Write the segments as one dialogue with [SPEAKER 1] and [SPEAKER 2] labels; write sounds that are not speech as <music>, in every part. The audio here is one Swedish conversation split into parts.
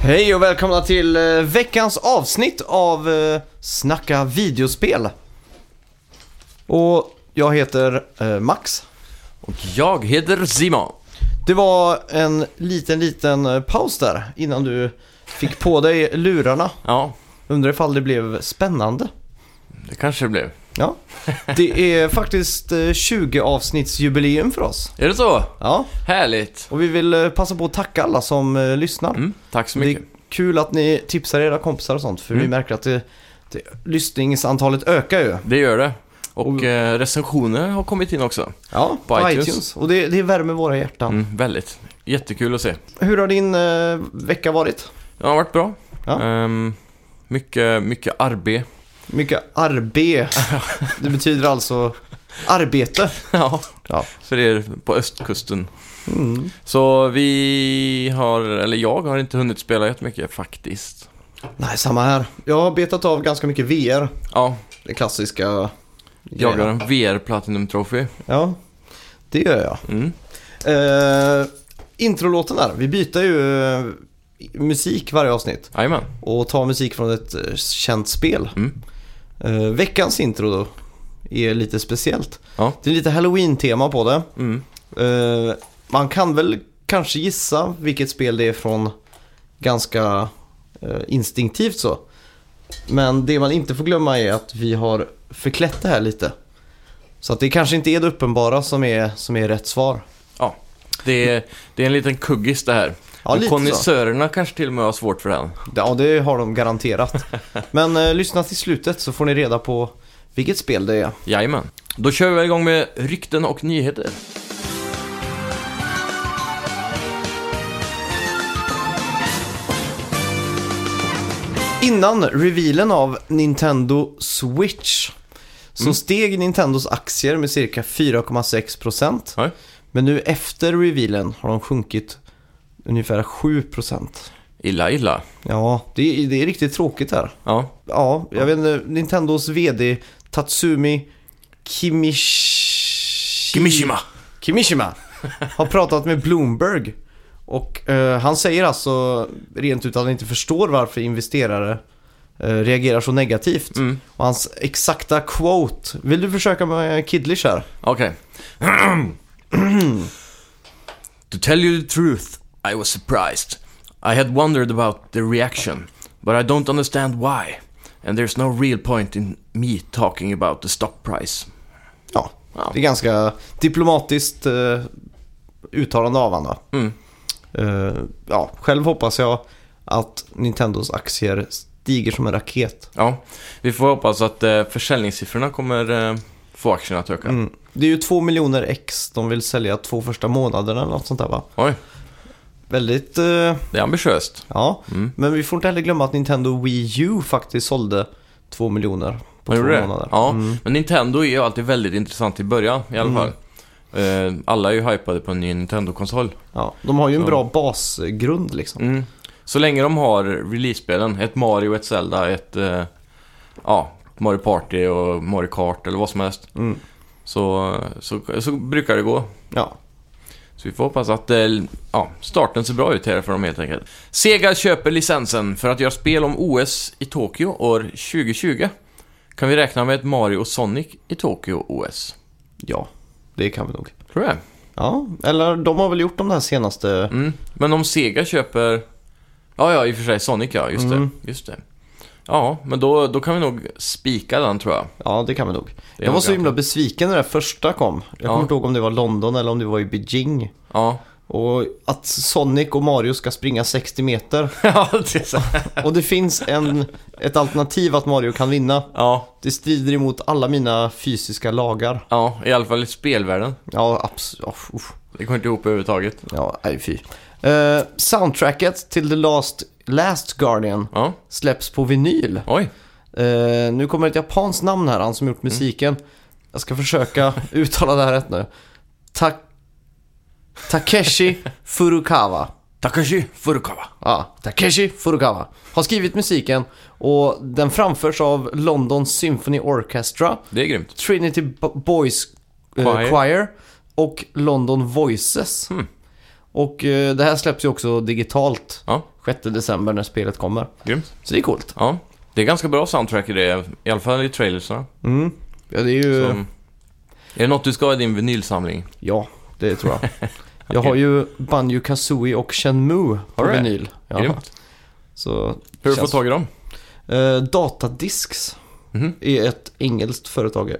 [SPEAKER 1] Hej och välkomna till eh, veckans avsnitt av eh, Snacka videospel. Och jag heter eh, Max.
[SPEAKER 2] Och jag heter Simon.
[SPEAKER 1] Det var en liten, liten eh, paus där innan du fick på dig lurarna.
[SPEAKER 2] Ja,
[SPEAKER 1] Undrar ifall det blev spännande.
[SPEAKER 2] det kanske det blev.
[SPEAKER 1] Ja, det är faktiskt eh, 20 avsnittsjubileum för oss.
[SPEAKER 2] Är det så?
[SPEAKER 1] Ja,
[SPEAKER 2] Härligt.
[SPEAKER 1] och vi vill eh, passa på att tacka alla som eh, lyssnar.
[SPEAKER 2] Mm, tack så
[SPEAKER 1] Det är
[SPEAKER 2] mycket.
[SPEAKER 1] kul att ni tipsar era kompisar och sånt, för vi
[SPEAKER 2] Mm.
[SPEAKER 1] märker att det, det, lyssningsantalet ökar ju.
[SPEAKER 2] Det gör det. Och,
[SPEAKER 1] Och-
[SPEAKER 2] eh, recensioner har kommit in också.
[SPEAKER 1] Ja, på
[SPEAKER 2] På
[SPEAKER 1] iTunes.
[SPEAKER 2] iTunes.
[SPEAKER 1] Och det, det värmer våra hjärtan.
[SPEAKER 2] Mm, väldigt. Jättekul att se.
[SPEAKER 1] Hur har din eh, vecka varit?
[SPEAKER 2] Det har varit bra.
[SPEAKER 1] Ja.
[SPEAKER 2] Ehm, mycket, mycket arbete.
[SPEAKER 1] Mycket arbe. det betyder alltså arbete.
[SPEAKER 2] <laughs> ja,
[SPEAKER 1] Ja.
[SPEAKER 2] för er på östkusten. Så vi har, eller jag har inte hunnit spela jättemycket faktiskt.
[SPEAKER 1] Nej, samma här. Jag har betat av ganska mycket VR.
[SPEAKER 2] Ja,
[SPEAKER 1] Det klassiska.
[SPEAKER 2] jagar
[SPEAKER 1] grejerna.
[SPEAKER 2] en VR Platinum Trophy.
[SPEAKER 1] Ja, det gör jag.
[SPEAKER 2] Mm.
[SPEAKER 1] Eh, introlåten där. Vi byter ju eh, musik varje avsnitt.
[SPEAKER 2] Jajamän.
[SPEAKER 1] Och tar musik från ett eh, känt spel.
[SPEAKER 2] Mm.
[SPEAKER 1] Eh, veckans intro då är lite speciellt.
[SPEAKER 2] Ja.
[SPEAKER 1] Det är lite halloween-tema på det.
[SPEAKER 2] Mm.
[SPEAKER 1] Eh, man kan väl kanske gissa vilket spel det är från ganska eh, instinktivt så. Men det man inte får glömma är att vi har förklätt det här lite. Så att det kanske inte är det uppenbara som är, som är rätt svar.
[SPEAKER 2] Ja, det är, det är en liten kuggis det här.
[SPEAKER 1] Ja,
[SPEAKER 2] Men
[SPEAKER 1] lite så.
[SPEAKER 2] Konnässörerna kanske till och med har svårt för den.
[SPEAKER 1] Ja, det har de
[SPEAKER 2] <laughs>
[SPEAKER 1] garanterat. Men eh, lyssna till slutet så får ni reda på vilket spel det är.
[SPEAKER 2] Jajamän. Då kör vi igång med rykten och nyheter.
[SPEAKER 1] Innan revealen av Nintendo Switch så steg Nintendos aktier med cirka 4,6%.
[SPEAKER 2] Ja.
[SPEAKER 1] Men nu efter revealen har de sjunkit ungefär 7%.
[SPEAKER 2] Illa, illa.
[SPEAKER 1] Ja, det är, det är riktigt tråkigt här.
[SPEAKER 2] Ja,
[SPEAKER 1] Ja, jag vet inte. Nintendos VD Tatsumi Kimish...
[SPEAKER 2] Kimishima.
[SPEAKER 1] Kimishima har pratat med Bloomberg. Och eh, han säger alltså rent ut att han inte förstår varför investerare eh, reagerar så negativt.
[SPEAKER 2] Mm.
[SPEAKER 1] Och hans exakta quote. Vill du försöka med Kidlish här?
[SPEAKER 2] okej. <clears throat> to tell you the truth, I was surprised. I had wondered about the reaction, but I don't understand why. And there's no real point in me talking about the stock price.
[SPEAKER 1] Ja,
[SPEAKER 2] Ja.
[SPEAKER 1] det är ganska diplomatiskt eh, uttalande av honom.
[SPEAKER 2] Mm.
[SPEAKER 1] Eh, ja, själv hoppas jag att Nintendos aktier stiger som en raket.
[SPEAKER 2] Ja, vi får hoppas att eh, försäljningssiffrorna kommer eh, få aktierna att öka.
[SPEAKER 1] Mm. Det är ju 2 miljoner ex de vill sälja två första månaderna eller något sånt där va?
[SPEAKER 2] Oj,
[SPEAKER 1] Väldigt, eh,
[SPEAKER 2] det är ambitiöst.
[SPEAKER 1] ja.
[SPEAKER 2] Mm.
[SPEAKER 1] Men vi får inte heller glömma att Nintendo Wii U faktiskt sålde 2 miljoner på
[SPEAKER 2] Ja,
[SPEAKER 1] två
[SPEAKER 2] gjorde det?
[SPEAKER 1] månader. Mm.
[SPEAKER 2] Ja, men Nintendo är ju alltid väldigt intressant i början i alla fall. Eh, alla är ju hypade på en ny Nintendo-konsol.
[SPEAKER 1] Ja, de har ju en
[SPEAKER 2] Så. Mm.
[SPEAKER 1] bra basgrund liksom.
[SPEAKER 2] Så länge de har release-spelen, ett Mario, ett Zelda, ett eh, ja, Mario Party och Mario Kart eller vad som helst.
[SPEAKER 1] Mm.
[SPEAKER 2] Så, så, så brukar det gå.
[SPEAKER 1] Ja.
[SPEAKER 2] Så vi får hoppas att eh, ja, starten ser bra ut här för dem helt enkelt. Sega köper licensen för att göra spel om OS i Tokyo år 2020. Kan vi räkna med ett Mario och Sonic i Tokyo-OS?
[SPEAKER 1] ja, det kan vi nog.
[SPEAKER 2] Tror jag.
[SPEAKER 1] Ja, eller de har väl gjort de där senaste...
[SPEAKER 2] Mm. Men om Sega köper... Ja, ja, i och för sig Sonic, ja. Just
[SPEAKER 1] Mm.
[SPEAKER 2] det. Just det. Ja, men då, då kan vi nog spika den, tror jag.
[SPEAKER 1] Ja, det kan vi nog.
[SPEAKER 2] Det är
[SPEAKER 1] Jag var
[SPEAKER 2] nog
[SPEAKER 1] så himla
[SPEAKER 2] garanterat.
[SPEAKER 1] besviken när det här första kom. Jag
[SPEAKER 2] Ja.
[SPEAKER 1] kommer inte ihåg om det var London eller om det var i Beijing.
[SPEAKER 2] Ja.
[SPEAKER 1] Och att Sonic och Mario ska springa 60 meter.
[SPEAKER 2] <laughs> ja, det är så.
[SPEAKER 1] Och det finns en, ett alternativ att Mario kan vinna.
[SPEAKER 2] <laughs> Ja,
[SPEAKER 1] Det strider emot alla mina fysiska lagar.
[SPEAKER 2] ja, i alla fall i spelvärlden.
[SPEAKER 1] Ja, absolut. Oh, uff.
[SPEAKER 2] Det går inte ihop överhuvudtaget.
[SPEAKER 1] ja, nej fy. Eh, soundtracket till The Last, Last Guardian
[SPEAKER 2] Ja,
[SPEAKER 1] släpps på vinyl.
[SPEAKER 2] oj.
[SPEAKER 1] Eh, nu kommer ett japanskt namn här, han som gjort musiken. Jag ska försöka uttala det här rätt nu. Ta Takeshi Furukawa.
[SPEAKER 2] Takashi Furukawa.
[SPEAKER 1] Ja, Takeshi Furukawa. Har skrivit musiken och den framförs av London Symphony Orchestra,
[SPEAKER 2] Det är grymt.
[SPEAKER 1] Trinity Bo- Boys eh,
[SPEAKER 2] Choir.
[SPEAKER 1] Choir och London Voices.
[SPEAKER 2] Hmm.
[SPEAKER 1] Och eh, det här släpps ju också digitalt
[SPEAKER 2] Ja.
[SPEAKER 1] 6 december när spelet kommer.
[SPEAKER 2] Grymt.
[SPEAKER 1] Så det är coolt.
[SPEAKER 2] Ja. Det är ganska bra soundtrack i det, i alla fall i trailersna.
[SPEAKER 1] Mm. Ja, det är ju...
[SPEAKER 2] Som... Är det något du ska ha i din vinylsamling?
[SPEAKER 1] Ja, det tror
[SPEAKER 2] <laughs>
[SPEAKER 1] jag. Jag har ju Banjo Kazooie och Shenmue på
[SPEAKER 2] Har du det?
[SPEAKER 1] vinyl. Ja.
[SPEAKER 2] Grymt.
[SPEAKER 1] Så
[SPEAKER 2] Hur har du
[SPEAKER 1] känns-
[SPEAKER 2] fått tag i dem? <laughs>
[SPEAKER 1] Eh, Datadisks
[SPEAKER 2] Mhm.
[SPEAKER 1] är ett engelskt företag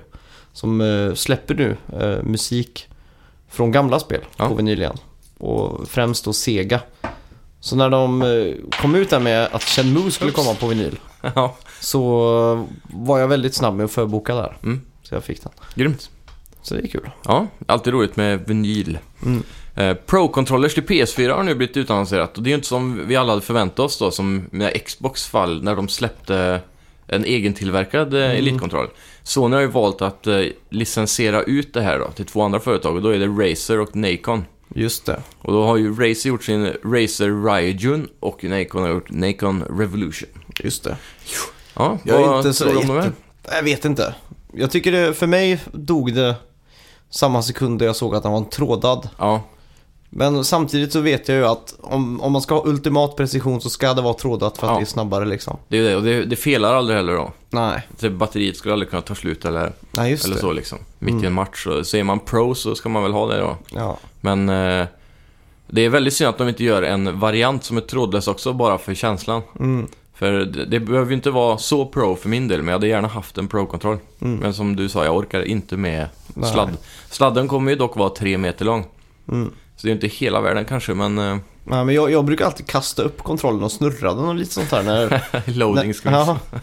[SPEAKER 1] som eh, släpper nu eh, musik från gamla spel
[SPEAKER 2] Ja.
[SPEAKER 1] på vinyl igen. Och främst då Sega. Så när de eh, kom ut där med att Shenmue skulle
[SPEAKER 2] Oops.
[SPEAKER 1] komma på vinyl
[SPEAKER 2] ja,
[SPEAKER 1] så eh, var jag väldigt snabb med att förboka där.
[SPEAKER 2] Mm.
[SPEAKER 1] Så jag fick den.
[SPEAKER 2] grymt.
[SPEAKER 1] Så det är kul.
[SPEAKER 2] Ja, alltid roligt med vinyl.
[SPEAKER 1] Mm.
[SPEAKER 2] Eh, Pro-controllers till PS4 har nu blivit utannonserat och det är ju inte som vi alla hade förväntat oss då som med Xbox fall när de släppte en egentillverkad eh,
[SPEAKER 1] Mm.
[SPEAKER 2] elitkontroll. Sony har ju valt att eh, licensiera ut det här då till två andra företag och då är det Razer och Nacon.
[SPEAKER 1] Just det.
[SPEAKER 2] Och då har ju Razer gjort sin Razer Ryujun och Nacon har gjort Nacon Revolution.
[SPEAKER 1] Just det.
[SPEAKER 2] Ja,
[SPEAKER 1] Jag är
[SPEAKER 2] vad
[SPEAKER 1] inte så
[SPEAKER 2] tror du om
[SPEAKER 1] jätte-
[SPEAKER 2] de här?
[SPEAKER 1] Jag vet inte. Jag tycker det, för mig dog det samma sekund jag såg att den var en trådad.
[SPEAKER 2] Ja,
[SPEAKER 1] Men samtidigt så vet jag ju att om, om man ska ha ultimat precision så ska det vara trådat för att
[SPEAKER 2] Ja.
[SPEAKER 1] det är snabbare liksom.
[SPEAKER 2] det är det. Och det, det felar aldrig heller då.
[SPEAKER 1] Nej,
[SPEAKER 2] Så Batteriet skulle aldrig kunna ta slut eller,
[SPEAKER 1] nej just
[SPEAKER 2] eller
[SPEAKER 1] det. Mm.
[SPEAKER 2] så liksom. Mitt i en match. Så, så är man pro så ska man väl ha det då.
[SPEAKER 1] Ja.
[SPEAKER 2] Men eh, det är väldigt synd att de inte gör en variant som är trådlös också bara för känslan.
[SPEAKER 1] Mm.
[SPEAKER 2] För det, det behöver ju inte vara så pro för min del, men jag hade gärna haft en pro-kontroll.
[SPEAKER 1] Mm.
[SPEAKER 2] Men som du sa, jag orkar inte med
[SPEAKER 1] Nej.
[SPEAKER 2] sladd. Sladden kommer ju dock vara tre meter lång.
[SPEAKER 1] Mm.
[SPEAKER 2] Så det är ju inte hela världen kanske, men eh, <laughs>
[SPEAKER 1] Nej, men jag, jag brukar alltid kasta upp kontrollen och snurra den och lite sånt där.
[SPEAKER 2] <laughs>
[SPEAKER 1] När,
[SPEAKER 2] loading
[SPEAKER 1] när,
[SPEAKER 2] screens. Ja,
[SPEAKER 1] ja.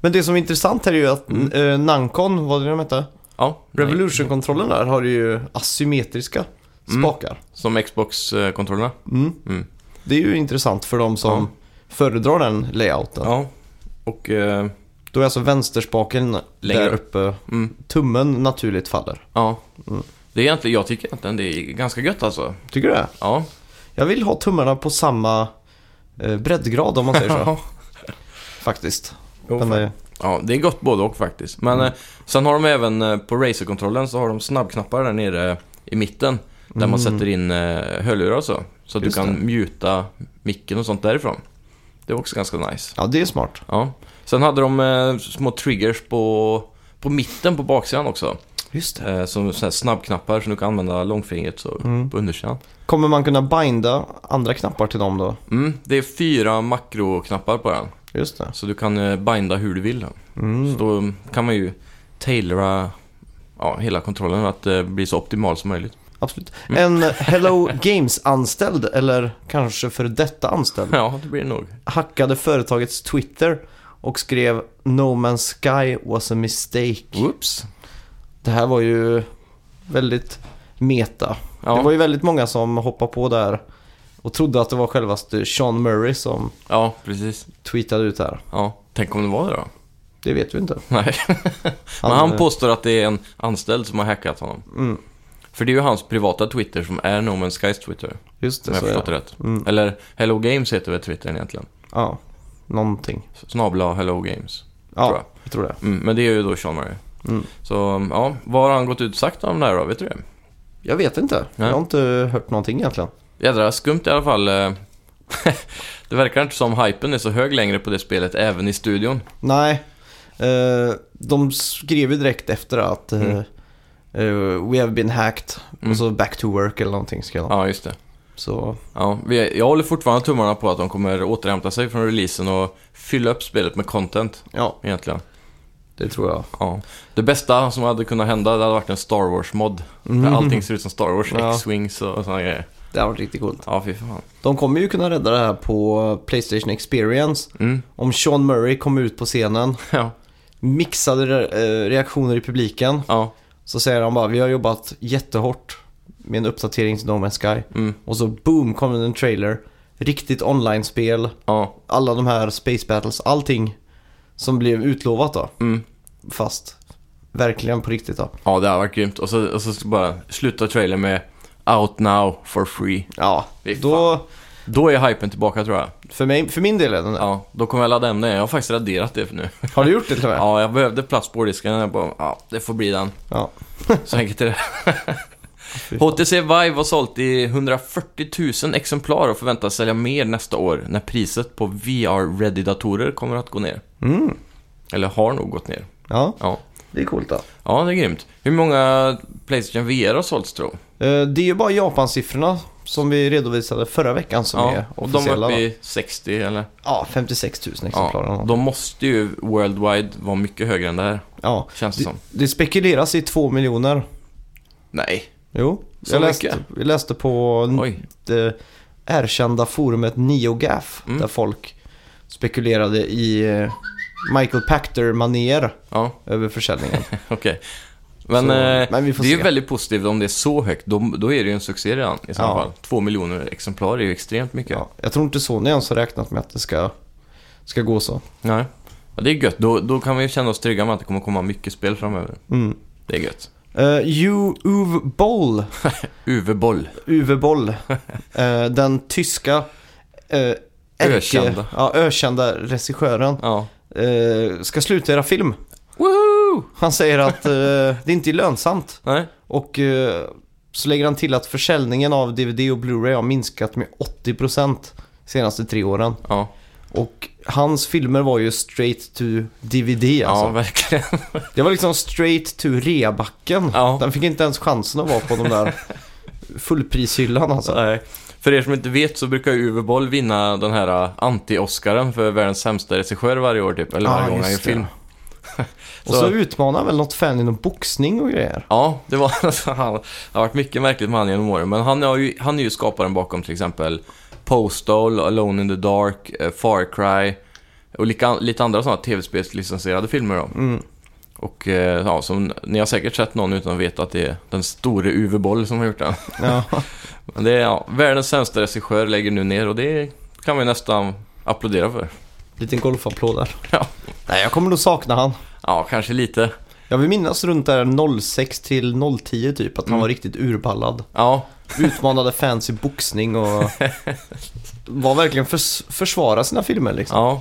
[SPEAKER 1] Men det som är intressant här är ju att eh, Nancon, vad är det de hette?
[SPEAKER 2] Mm. nej.
[SPEAKER 1] Revolution-kontrollen där har ju asymmetriska
[SPEAKER 2] Mm.
[SPEAKER 1] spakar.
[SPEAKER 2] Som Xbox-kontrollerna.
[SPEAKER 1] Mm.
[SPEAKER 2] Mm.
[SPEAKER 1] Det är ju intressant för de som föredrar den layouten.
[SPEAKER 2] Ja. Och eh,
[SPEAKER 1] Då är alltså vänsterspaken
[SPEAKER 2] Längre
[SPEAKER 1] där uppe,
[SPEAKER 2] Mm.
[SPEAKER 1] tummen naturligt faller.
[SPEAKER 2] ja.
[SPEAKER 1] Mm.
[SPEAKER 2] Det är egentligen, jag tycker egentligen det är ganska gött alltså.
[SPEAKER 1] Tycker du det?
[SPEAKER 2] Ja.
[SPEAKER 1] Jag vill ha tummarna på samma eh, breddgrad om man säger så.
[SPEAKER 2] <laughs> Ja.
[SPEAKER 1] faktiskt.
[SPEAKER 2] Jo,
[SPEAKER 1] Men, eh,
[SPEAKER 2] Ja, det är gott både och faktiskt. Men
[SPEAKER 1] Mm.
[SPEAKER 2] eh, sen har de även eh, på racerkontrollen så har de snabbknappar där nere i mitten. Där man sätter in eh, hörlurar och så. Så att
[SPEAKER 1] Mm. Just
[SPEAKER 2] du kan
[SPEAKER 1] det.
[SPEAKER 2] muta micken och sånt därifrån. Det var också ganska nice.
[SPEAKER 1] ja, det är smart.
[SPEAKER 2] Ja. Sen hade de eh, små triggers på, på mitten på baksidan också.
[SPEAKER 1] Just det.
[SPEAKER 2] Eh, som så här snabbknappar som du kan använda långfingret så
[SPEAKER 1] Mm.
[SPEAKER 2] på undersidan.
[SPEAKER 1] Kommer man kunna binda andra knappar till dem då?
[SPEAKER 2] Mm, det är fyra makroknappar på den.
[SPEAKER 1] Just det.
[SPEAKER 2] Så du kan eh, binda hur du vill.
[SPEAKER 1] Mm.
[SPEAKER 2] Så då kan man ju tailora ja, hela kontrollen att eh, bli så optimal som möjligt.
[SPEAKER 1] Absolut. En Hello Games-anställd, eller kanske för detta anställd,
[SPEAKER 2] <laughs> Ja, det blir det nog.
[SPEAKER 1] hackade företagets Twitter och skrev No Man's Sky was a mistake.
[SPEAKER 2] Whoops.
[SPEAKER 1] Det här var ju väldigt meta.
[SPEAKER 2] Ja,
[SPEAKER 1] Det var ju väldigt många som hoppade på där och trodde att det var självaste Sean Murray som
[SPEAKER 2] ja precis.
[SPEAKER 1] tweetade ut det här.
[SPEAKER 2] Ja. Tänk om det var det då? <laughs>
[SPEAKER 1] Det vet vi inte.
[SPEAKER 2] Nej. Men han påstår att det är en anställd som har hackat honom.
[SPEAKER 1] Mm,
[SPEAKER 2] För det är ju hans privata Twitter som är No Man's Skys Twitter.
[SPEAKER 1] just
[SPEAKER 2] Om
[SPEAKER 1] det,
[SPEAKER 2] jag
[SPEAKER 1] så ja.
[SPEAKER 2] förstått det rätt.
[SPEAKER 1] Mm.
[SPEAKER 2] Eller Hello Games heter väl Twittern egentligen.
[SPEAKER 1] ja, någonting.
[SPEAKER 2] Snabla Hello Games.
[SPEAKER 1] Ja,
[SPEAKER 2] Tror
[SPEAKER 1] tror
[SPEAKER 2] jag.
[SPEAKER 1] jag. tror det.
[SPEAKER 2] Mm, men det är ju då Sean Murray.
[SPEAKER 1] Mm.
[SPEAKER 2] Så ja, vad har han gått ut och sagt om det här då? Vet du det?
[SPEAKER 1] Jag vet inte. Jag har inte hört någonting egentligen.
[SPEAKER 2] Jädra skumt i alla fall. eh. <laughs> det verkar inte som hypen är så hög längre på det spelet, även i studion.
[SPEAKER 1] Nej, eh, de skrev ju direkt efter att eh,
[SPEAKER 2] Mm.
[SPEAKER 1] eh, we have been hacked
[SPEAKER 2] Mm.
[SPEAKER 1] och så back to work eller någonting skrev de.
[SPEAKER 2] Ja, just det.
[SPEAKER 1] Så,
[SPEAKER 2] Ja, vi, jag håller fortfarande tummarna på att de kommer återhämta sig från releasen och fylla upp spelet med content,
[SPEAKER 1] ja,
[SPEAKER 2] egentligen.
[SPEAKER 1] det tror jag.
[SPEAKER 2] Ja. Det bästa som hade kunnat hända, det hade varit en Star Wars-mod. Där allting ser ut som Star Wars,
[SPEAKER 1] Ja.
[SPEAKER 2] X-Wings och, och sådana grejer.
[SPEAKER 1] Det har varit riktigt coolt.
[SPEAKER 2] Ja, fy fan.
[SPEAKER 1] De kommer ju kunna rädda det här på Playstation Experience.
[SPEAKER 2] Mm. <laughs>
[SPEAKER 1] Om Sean Murray kom ut på scenen,
[SPEAKER 2] Ja.
[SPEAKER 1] mixade re- eh, reaktioner i publiken
[SPEAKER 2] ja.
[SPEAKER 1] Så säger han bara, vi har jobbat jättehårt med en uppdatering till No Man's Sky.
[SPEAKER 2] Mm.
[SPEAKER 1] Och så boom kom det en trailer. Riktigt online-spel,
[SPEAKER 2] Ja.
[SPEAKER 1] alla de här Space Battles, allting som blev utlovat då.
[SPEAKER 2] Mm.
[SPEAKER 1] Fast verkligen på riktigt då.
[SPEAKER 2] Ja, det hade varit grymt. Och så, och så bara sluta trailern med Out now for free.
[SPEAKER 1] Ja,
[SPEAKER 2] Fy fan.
[SPEAKER 1] då,
[SPEAKER 2] Då är hypen tillbaka tror jag.
[SPEAKER 1] för, mig, för min del är den det.
[SPEAKER 2] Ja, då kommer jag ladda hem den. Jag har faktiskt raderat det för nu.
[SPEAKER 1] Har du gjort det till och med?
[SPEAKER 2] Ja, jag behövde plats på hårddisken. Jag bara, ja, det får bli den.
[SPEAKER 1] <laughs> Ja.
[SPEAKER 2] Så enkelt är det. HTC Vive har sålt i 140 000 exemplar och förväntas sälja mer nästa år när priset på VR-ready-datorer kommer att gå ner.
[SPEAKER 1] Mm.
[SPEAKER 2] Eller har nog gått ner.
[SPEAKER 1] Ja,
[SPEAKER 2] Ja,
[SPEAKER 1] det är coolt då.
[SPEAKER 2] ja det är grymt. Hur många Playstation VR har sålts tror du?
[SPEAKER 1] Eh, Det är ju bara Japansiffrorna som vi redovisade förra veckan som är
[SPEAKER 2] Ja, och de är
[SPEAKER 1] officiella.
[SPEAKER 2] uppe
[SPEAKER 1] va?
[SPEAKER 2] i 60 eller?
[SPEAKER 1] Ja, 56 000 exemplar.
[SPEAKER 2] Ja,
[SPEAKER 1] Ja,
[SPEAKER 2] de måste ju worldwide vara mycket högre än det här,
[SPEAKER 1] ja.
[SPEAKER 2] känns det
[SPEAKER 1] Det,
[SPEAKER 2] som.
[SPEAKER 1] det spekuleras i 2 miljoner.
[SPEAKER 2] Nej.
[SPEAKER 1] Jo,
[SPEAKER 2] Så
[SPEAKER 1] jag läste,
[SPEAKER 2] mycket?
[SPEAKER 1] jag läste på
[SPEAKER 2] Oj.
[SPEAKER 1] det erkända forumet NeoGaf
[SPEAKER 2] Mm.
[SPEAKER 1] där folk spekulerade i eh, Michael Pachter-manér
[SPEAKER 2] Ja,
[SPEAKER 1] över försäljningen.
[SPEAKER 2] <laughs> okej. Men,
[SPEAKER 1] Så-
[SPEAKER 2] eh,
[SPEAKER 1] men vi får
[SPEAKER 2] det är ju
[SPEAKER 1] se.
[SPEAKER 2] väldigt positivt om det är så högt. Då, då är det ju en succé redan i så
[SPEAKER 1] Ja.
[SPEAKER 2] fall. Två miljoner exemplar är ju extremt mycket.
[SPEAKER 1] ja, jag tror inte Sony ens har räknat med att det ska, ska gå så.
[SPEAKER 2] Nej. Ja, det är gött. Då, då kan vi ju känna oss trygga med att det kommer komma mycket spel framöver.
[SPEAKER 1] Mm.
[SPEAKER 2] Det är gött.
[SPEAKER 1] Eh, Ju Uwe Boll,
[SPEAKER 2] Uwe Boll.
[SPEAKER 1] Uwe
[SPEAKER 2] <laughs>
[SPEAKER 1] Boll eh, den tyska eh, ärke-
[SPEAKER 2] Ökända.
[SPEAKER 1] Ja, ökända regissören,
[SPEAKER 2] Ja.
[SPEAKER 1] eh, ska sluta göra film.
[SPEAKER 2] Woohoo!
[SPEAKER 1] Han säger att eh, det inte är lönsamt.
[SPEAKER 2] Nej.
[SPEAKER 1] Och eh, så lägger han till att försäljningen av DVD och Blu-ray har minskat med 80% de senaste tre åren.
[SPEAKER 2] Ja,
[SPEAKER 1] Och hans filmer var ju straight to DVD
[SPEAKER 2] ja
[SPEAKER 1] alltså.
[SPEAKER 2] verkligen.
[SPEAKER 1] Det var liksom straight to reabacken. <laughs>
[SPEAKER 2] Ja.
[SPEAKER 1] Den fick inte ens chansen att vara på de där fullprishyllan alltså.
[SPEAKER 2] Nej. För er som inte vet så brukar ju Uwe Boll vinna den här eh, anti-Oscaren för världens sämsta regissör varje år typ. Eller
[SPEAKER 1] Ja,
[SPEAKER 2] varje gång han gör
[SPEAKER 1] just
[SPEAKER 2] film.
[SPEAKER 1] det. Och så
[SPEAKER 2] Så-
[SPEAKER 1] utmanar han väl något fan inom boxning och grejer.
[SPEAKER 2] Ja, det var <laughs> han, det har varit mycket märkligt med han genom åren. Men han, har ju, han är ju skaparen bakom till exempel Postal, Alone in the Dark, eh, Far Cry och lika, lite andra sådana tv-spelslicensierade filmer då.
[SPEAKER 1] Mm.
[SPEAKER 2] Och eh, ja, som, ni har säkert sett någon utan att veta att det är den store Uwe Boll som har gjort den. <laughs>
[SPEAKER 1] Ja.
[SPEAKER 2] Men det är, ja, världens sämsta regissör lägger nu ner och det kan vi nästan applådera för.
[SPEAKER 1] <laughs>
[SPEAKER 2] <laughs>
[SPEAKER 1] Liten golfapplåd där.
[SPEAKER 2] Ja.
[SPEAKER 1] Nej, jag kommer nog sakna han.
[SPEAKER 2] Ja, kanske lite.
[SPEAKER 1] Jag vill minnas runt där 06 till 010 typ att han
[SPEAKER 2] Mm.
[SPEAKER 1] var riktigt urballad.
[SPEAKER 2] Ja,
[SPEAKER 1] Utmanade fans i boxning och var verkligen förs- försvara sina filmer liksom.
[SPEAKER 2] ja.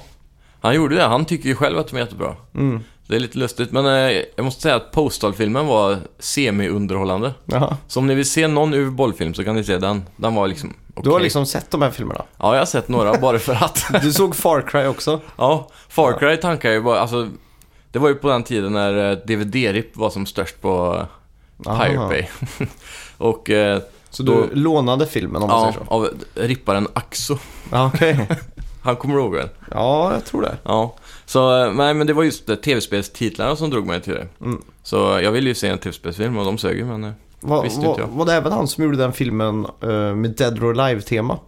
[SPEAKER 2] Han gjorde det. Han tycker ju själv att de är jättebra.
[SPEAKER 1] Mm.
[SPEAKER 2] Det är lite lustigt, men eh, jag måste säga att Postal-filmen var semi-underhållande.
[SPEAKER 1] Jaha.
[SPEAKER 2] Så om ni vill se någon Uwe Boll-film så kan ni se den. Den var liksom okej.
[SPEAKER 1] Du har liksom sett de här filmerna?
[SPEAKER 2] Ja, jag har sett några bara för att.
[SPEAKER 1] <laughs> Du såg Far Cry också?
[SPEAKER 2] ja, Far Cry tankar ju bara, alltså... Det var ju på den tiden när eh, DVD-RIP var som störst på eh,
[SPEAKER 1] Aha.
[SPEAKER 2] Pirate Bay. <laughs> Och eh,
[SPEAKER 1] Så du
[SPEAKER 2] Då-
[SPEAKER 1] lånade filmen om man
[SPEAKER 2] ja,
[SPEAKER 1] säger så?
[SPEAKER 2] av ripparen Axo.
[SPEAKER 1] Ja, okej.
[SPEAKER 2] <laughs> Han kommer ihåg väl?
[SPEAKER 1] Ja, jag tror det.
[SPEAKER 2] Ja, så eh, nej men det var just eh, tv-spelstitlarna som drog mig till det.
[SPEAKER 1] Mm.
[SPEAKER 2] Så eh, jag ville ju se en tv-spelsfilm och de sög ju men... eh,
[SPEAKER 1] Va,
[SPEAKER 2] Visste
[SPEAKER 1] va,
[SPEAKER 2] inte jag.
[SPEAKER 1] var det även han som gjorde den filmen eh, med Dead or Alive-tema?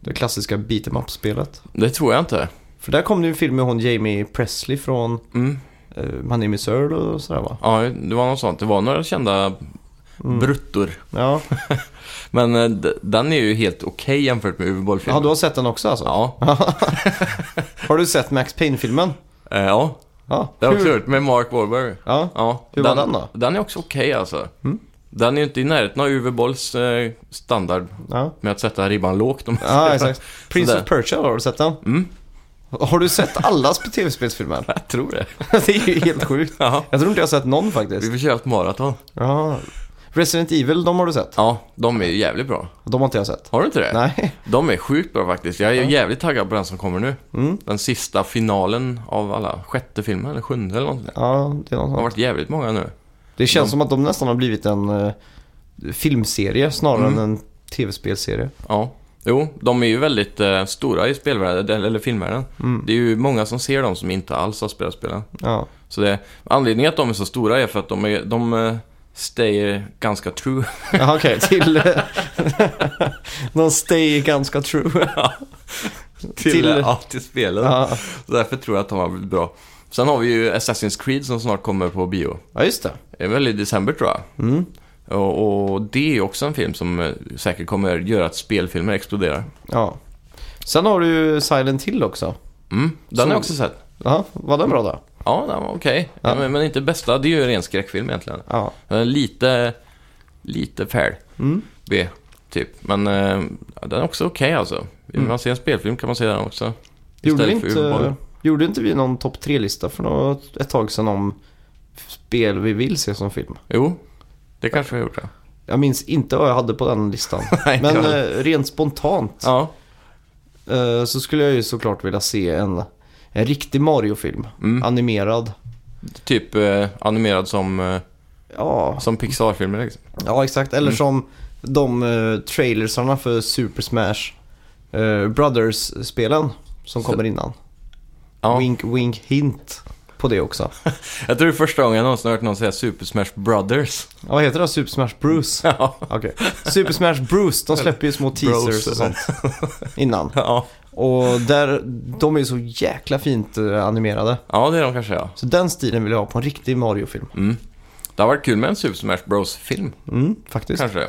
[SPEAKER 1] Det klassiska beat em up-spelet.
[SPEAKER 2] Det tror jag inte.
[SPEAKER 1] För där kom det ju en film med hon Jamie Presley från
[SPEAKER 2] Mm.
[SPEAKER 1] uh, My Name Is Earl och sådär va?
[SPEAKER 2] Ja, det var något sånt. Det var några kända
[SPEAKER 1] Mm.
[SPEAKER 2] bruttor.
[SPEAKER 1] Ja.
[SPEAKER 2] Men eh, d- den är ju helt okej jämfört med Uwe Boll-filmen.
[SPEAKER 1] ja, du har sett den också alltså?
[SPEAKER 2] Ja,
[SPEAKER 1] Har du sett Max Payne-filmen?
[SPEAKER 2] eh, ja.
[SPEAKER 1] Ja.
[SPEAKER 2] det har jag
[SPEAKER 1] Hur-
[SPEAKER 2] också gjort med Mark Wahlberg.
[SPEAKER 1] Ja.
[SPEAKER 2] Ja.
[SPEAKER 1] Hur var den då?
[SPEAKER 2] Den är också okej alltså.
[SPEAKER 1] Mm.
[SPEAKER 2] Den är ju inte i närheten av Uwe Bolls eh, standard
[SPEAKER 1] Ja,
[SPEAKER 2] med att sätta ribban lågt. Om man
[SPEAKER 1] ja
[SPEAKER 2] säger.
[SPEAKER 1] exakt. Prince
[SPEAKER 2] Sådär.
[SPEAKER 1] of Persia, har du sett den?
[SPEAKER 2] Mm.
[SPEAKER 1] Har du sett alla sp- tv-spelsfilmer?
[SPEAKER 2] <laughs> Jag tror det.
[SPEAKER 1] <laughs> det är ju helt sjukt.
[SPEAKER 2] Ja.
[SPEAKER 1] Jag tror inte jag har sett någon
[SPEAKER 2] Vi
[SPEAKER 1] faktiskt.
[SPEAKER 2] får köra ett maraton.
[SPEAKER 1] Ja. Resident Evil, de har du sett.
[SPEAKER 2] Ja, de är ju jävligt bra.
[SPEAKER 1] De har inte jag sett.
[SPEAKER 2] Har du inte det?
[SPEAKER 1] Nej.
[SPEAKER 2] De är sjukt bra faktiskt. Jag är jävligt taggad på den som kommer nu.
[SPEAKER 1] Mm.
[SPEAKER 2] Den sista finalen av alla. Sjätte filmen, eller sjunde eller någonting.
[SPEAKER 1] Ja, det är något
[SPEAKER 2] Det har
[SPEAKER 1] sånt.
[SPEAKER 2] varit jävligt många nu.
[SPEAKER 1] Det känns som att de nästan har blivit en eh, filmserie snarare än en tv-spelserie.
[SPEAKER 2] Ja. Jo, de är ju väldigt eh, stora i spelvärlden, eller, eller filmvärlden.
[SPEAKER 1] Mm.
[SPEAKER 2] Det är ju många som ser dem som inte alls har spelat spelen.
[SPEAKER 1] Ja.
[SPEAKER 2] Så det, anledningen att de är så stora är för att de, är, de eh, stayer ganska true. <laughs>
[SPEAKER 1] Ja, okej. Till... <laughs> eh, de stay ganska true. Till-
[SPEAKER 2] ja, till spelen.
[SPEAKER 1] Ja,
[SPEAKER 2] Så därför tror jag att de har blivit bra. Sen har vi ju Assassin's Creed som snart kommer på bio.
[SPEAKER 1] ja just det.
[SPEAKER 2] Det är väl i december tror jag.
[SPEAKER 1] Mm.
[SPEAKER 2] Och, och det är också en film som eh, säkert kommer göra att spelfilmer exploderar.
[SPEAKER 1] Ja. Sen har du ju Silent Hill också.
[SPEAKER 2] Mm, den
[SPEAKER 1] Så-
[SPEAKER 2] har jag också sett.
[SPEAKER 1] Ja, var den bra då?
[SPEAKER 2] Ja, den var okej.
[SPEAKER 1] Ja.
[SPEAKER 2] Men, men inte bästa. Det är ju en ren skräckfilm egentligen.
[SPEAKER 1] Ja.
[SPEAKER 2] Den är lite, lite fair.
[SPEAKER 1] Mm.
[SPEAKER 2] B, typ. Men eh, den är också okej alltså. Vill man se en spelfilm kan man se den också.
[SPEAKER 1] Gjorde
[SPEAKER 2] Istället för
[SPEAKER 1] inte,
[SPEAKER 2] urval.
[SPEAKER 1] gjorde inte vi någon topp tre-lista för något, ett tag sedan om spel vi vill se som film?
[SPEAKER 2] Jo, det kanske vi har gjort. Ja.
[SPEAKER 1] Jag minns inte vad jag hade på den listan.
[SPEAKER 2] <laughs> Nej,
[SPEAKER 1] Men
[SPEAKER 2] jag-
[SPEAKER 1] eh, rent spontant
[SPEAKER 2] Ja,
[SPEAKER 1] eh, så skulle jag ju såklart vilja se en, en riktig Mario-film.
[SPEAKER 2] Mm.
[SPEAKER 1] Animerad.
[SPEAKER 2] typ eh, animerad som, eh,
[SPEAKER 1] Ja,
[SPEAKER 2] som Pixar-filmer liksom.
[SPEAKER 1] ja exakt. Eller som de eh, trailersarna för Super Smash eh, Brothers-spelen som
[SPEAKER 2] Så-
[SPEAKER 1] kommer innan.
[SPEAKER 2] Ja.
[SPEAKER 1] Wink, wink, hint på det också.
[SPEAKER 2] Jag tror det är första gången jag någonsin har hört någon säga Super Smash Brothers.
[SPEAKER 1] Vad heter det? Super Smash
[SPEAKER 2] <laughs>
[SPEAKER 1] Bruce?
[SPEAKER 2] Ja.
[SPEAKER 1] Okej. Super Smash Bruce, de släpper ju små
[SPEAKER 2] Bros.
[SPEAKER 1] teasers och sånt <laughs> innan.
[SPEAKER 2] ja.
[SPEAKER 1] Och där, de är ju så jäkla fint eh, animerade.
[SPEAKER 2] ja, det är de kanske ja.
[SPEAKER 1] Så den stilen vill jag ha på en riktig Mario-film.
[SPEAKER 2] Det har varit kul med en Super Smash Bros-film,
[SPEAKER 1] Mm, faktiskt.
[SPEAKER 2] kanske.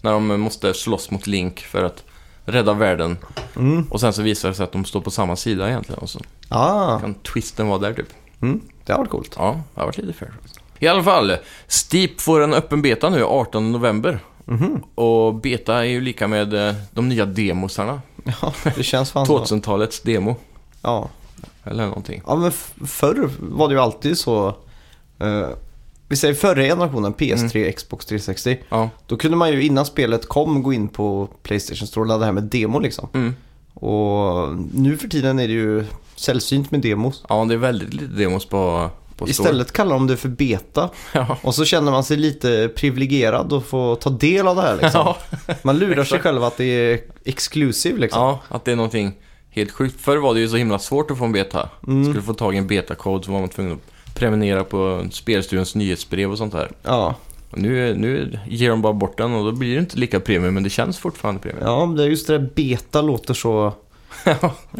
[SPEAKER 2] När de måste slåss mot Link för att rädda världen.
[SPEAKER 1] Mm.
[SPEAKER 2] Och sen så visar det sig att de står på samma sida egentligen. Och så
[SPEAKER 1] Ah,
[SPEAKER 2] kan twisten vara där typ.
[SPEAKER 1] mm, det har varit coolt.
[SPEAKER 2] Ja, det har varit lite fair. I alla fall, Steep får en öppen beta nu 18 november.
[SPEAKER 1] Mhm.
[SPEAKER 2] Och beta är ju lika med eh, de nya demosarna.
[SPEAKER 1] Ja, det känns
[SPEAKER 2] <laughs>
[SPEAKER 1] fan så.
[SPEAKER 2] 2000-talets demo.
[SPEAKER 1] Ja.
[SPEAKER 2] Eller någonting.
[SPEAKER 1] ja, men f- förr var det ju alltid så. eh, vi säger förra generationen, PS3,
[SPEAKER 2] Mm.
[SPEAKER 1] Xbox 360.
[SPEAKER 2] Ja.
[SPEAKER 1] Då kunde man ju innan spelet kom gå in på Playstation Store och ladda hem ett demo liksom.
[SPEAKER 2] Mm.
[SPEAKER 1] Och nu för tiden är det ju sällsynt med demos.
[SPEAKER 2] ja, det är väldigt lite demos på, på Store.
[SPEAKER 1] Istället kallar de det för beta.
[SPEAKER 2] <laughs> Ja.
[SPEAKER 1] Och så känner man sig lite privilegierad att få ta del av det här liksom.
[SPEAKER 2] <laughs> Ja.
[SPEAKER 1] Man lurar sig
[SPEAKER 2] Exakt.
[SPEAKER 1] själv att det är exklusiv liksom.
[SPEAKER 2] ja, att det är någonting helt sjukt. Förr var det ju så himla svårt att få en beta. Skulle få tag i en betakod så var man tvungen att prenumerera på spelstudions nyhetsbrev och sånt där.
[SPEAKER 1] Ja.
[SPEAKER 2] Och nu, nu ger de bara bort den och då blir det inte lika premium, men det känns
[SPEAKER 1] <laughs>
[SPEAKER 2] fortfarande premium.
[SPEAKER 1] ja, men det är just det där beta låter så...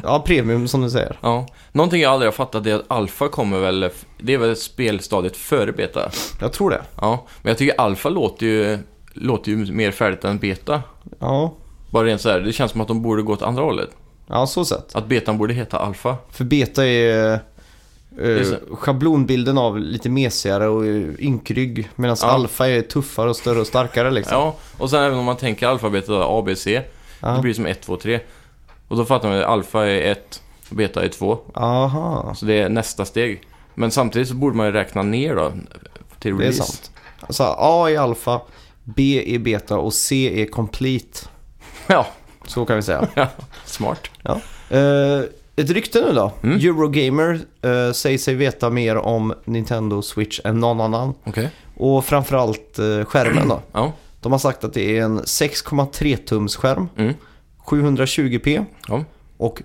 [SPEAKER 1] ja, premium som du säger.
[SPEAKER 2] Ja. Någonting jag aldrig har fattat är att alfa kommer väl, det är väl spelstadiet före beta.
[SPEAKER 1] Jag tror det.
[SPEAKER 2] Ja, men jag tycker alfa låter ju, låter ju mer färdigt än beta.
[SPEAKER 1] Ja,
[SPEAKER 2] Bara rent så här, det känns som att de borde gå åt andra hållet.
[SPEAKER 1] ja så sett.
[SPEAKER 2] Att betan borde heta alfa.
[SPEAKER 1] För beta är...
[SPEAKER 2] Just
[SPEAKER 1] Uh, schablonbilden av lite mesigare och eh, ynkrygg medan
[SPEAKER 2] Ja.
[SPEAKER 1] alfa är tuffare och större och starkare liksom.
[SPEAKER 2] Ja, och sen även om man tänker alfabetet då, A, B, C.
[SPEAKER 1] Ja.
[SPEAKER 2] Det blir som 1, 2, 3. Och då fattar man att alfa är 1, beta är 2.
[SPEAKER 1] Aha,
[SPEAKER 2] Så det är nästa steg. Men samtidigt så borde man ju räkna ner då till
[SPEAKER 1] det är
[SPEAKER 2] release.
[SPEAKER 1] sant. Alltså A är alfa, B är beta och C är complete.
[SPEAKER 2] <laughs> Ja,
[SPEAKER 1] Så kan vi säga.
[SPEAKER 2] smart.
[SPEAKER 1] <laughs> Ja. Eh, ett rykte nu då.
[SPEAKER 2] Mm.
[SPEAKER 1] Eurogamer eh, säger sig veta mer om Nintendo Switch än någon annan.
[SPEAKER 2] Okej.
[SPEAKER 1] Och framförallt eh, skärmen då.
[SPEAKER 2] Ja.
[SPEAKER 1] De har sagt att det är en 6,3 tums skärm,
[SPEAKER 2] Mm.
[SPEAKER 1] 720p
[SPEAKER 2] ja.
[SPEAKER 1] och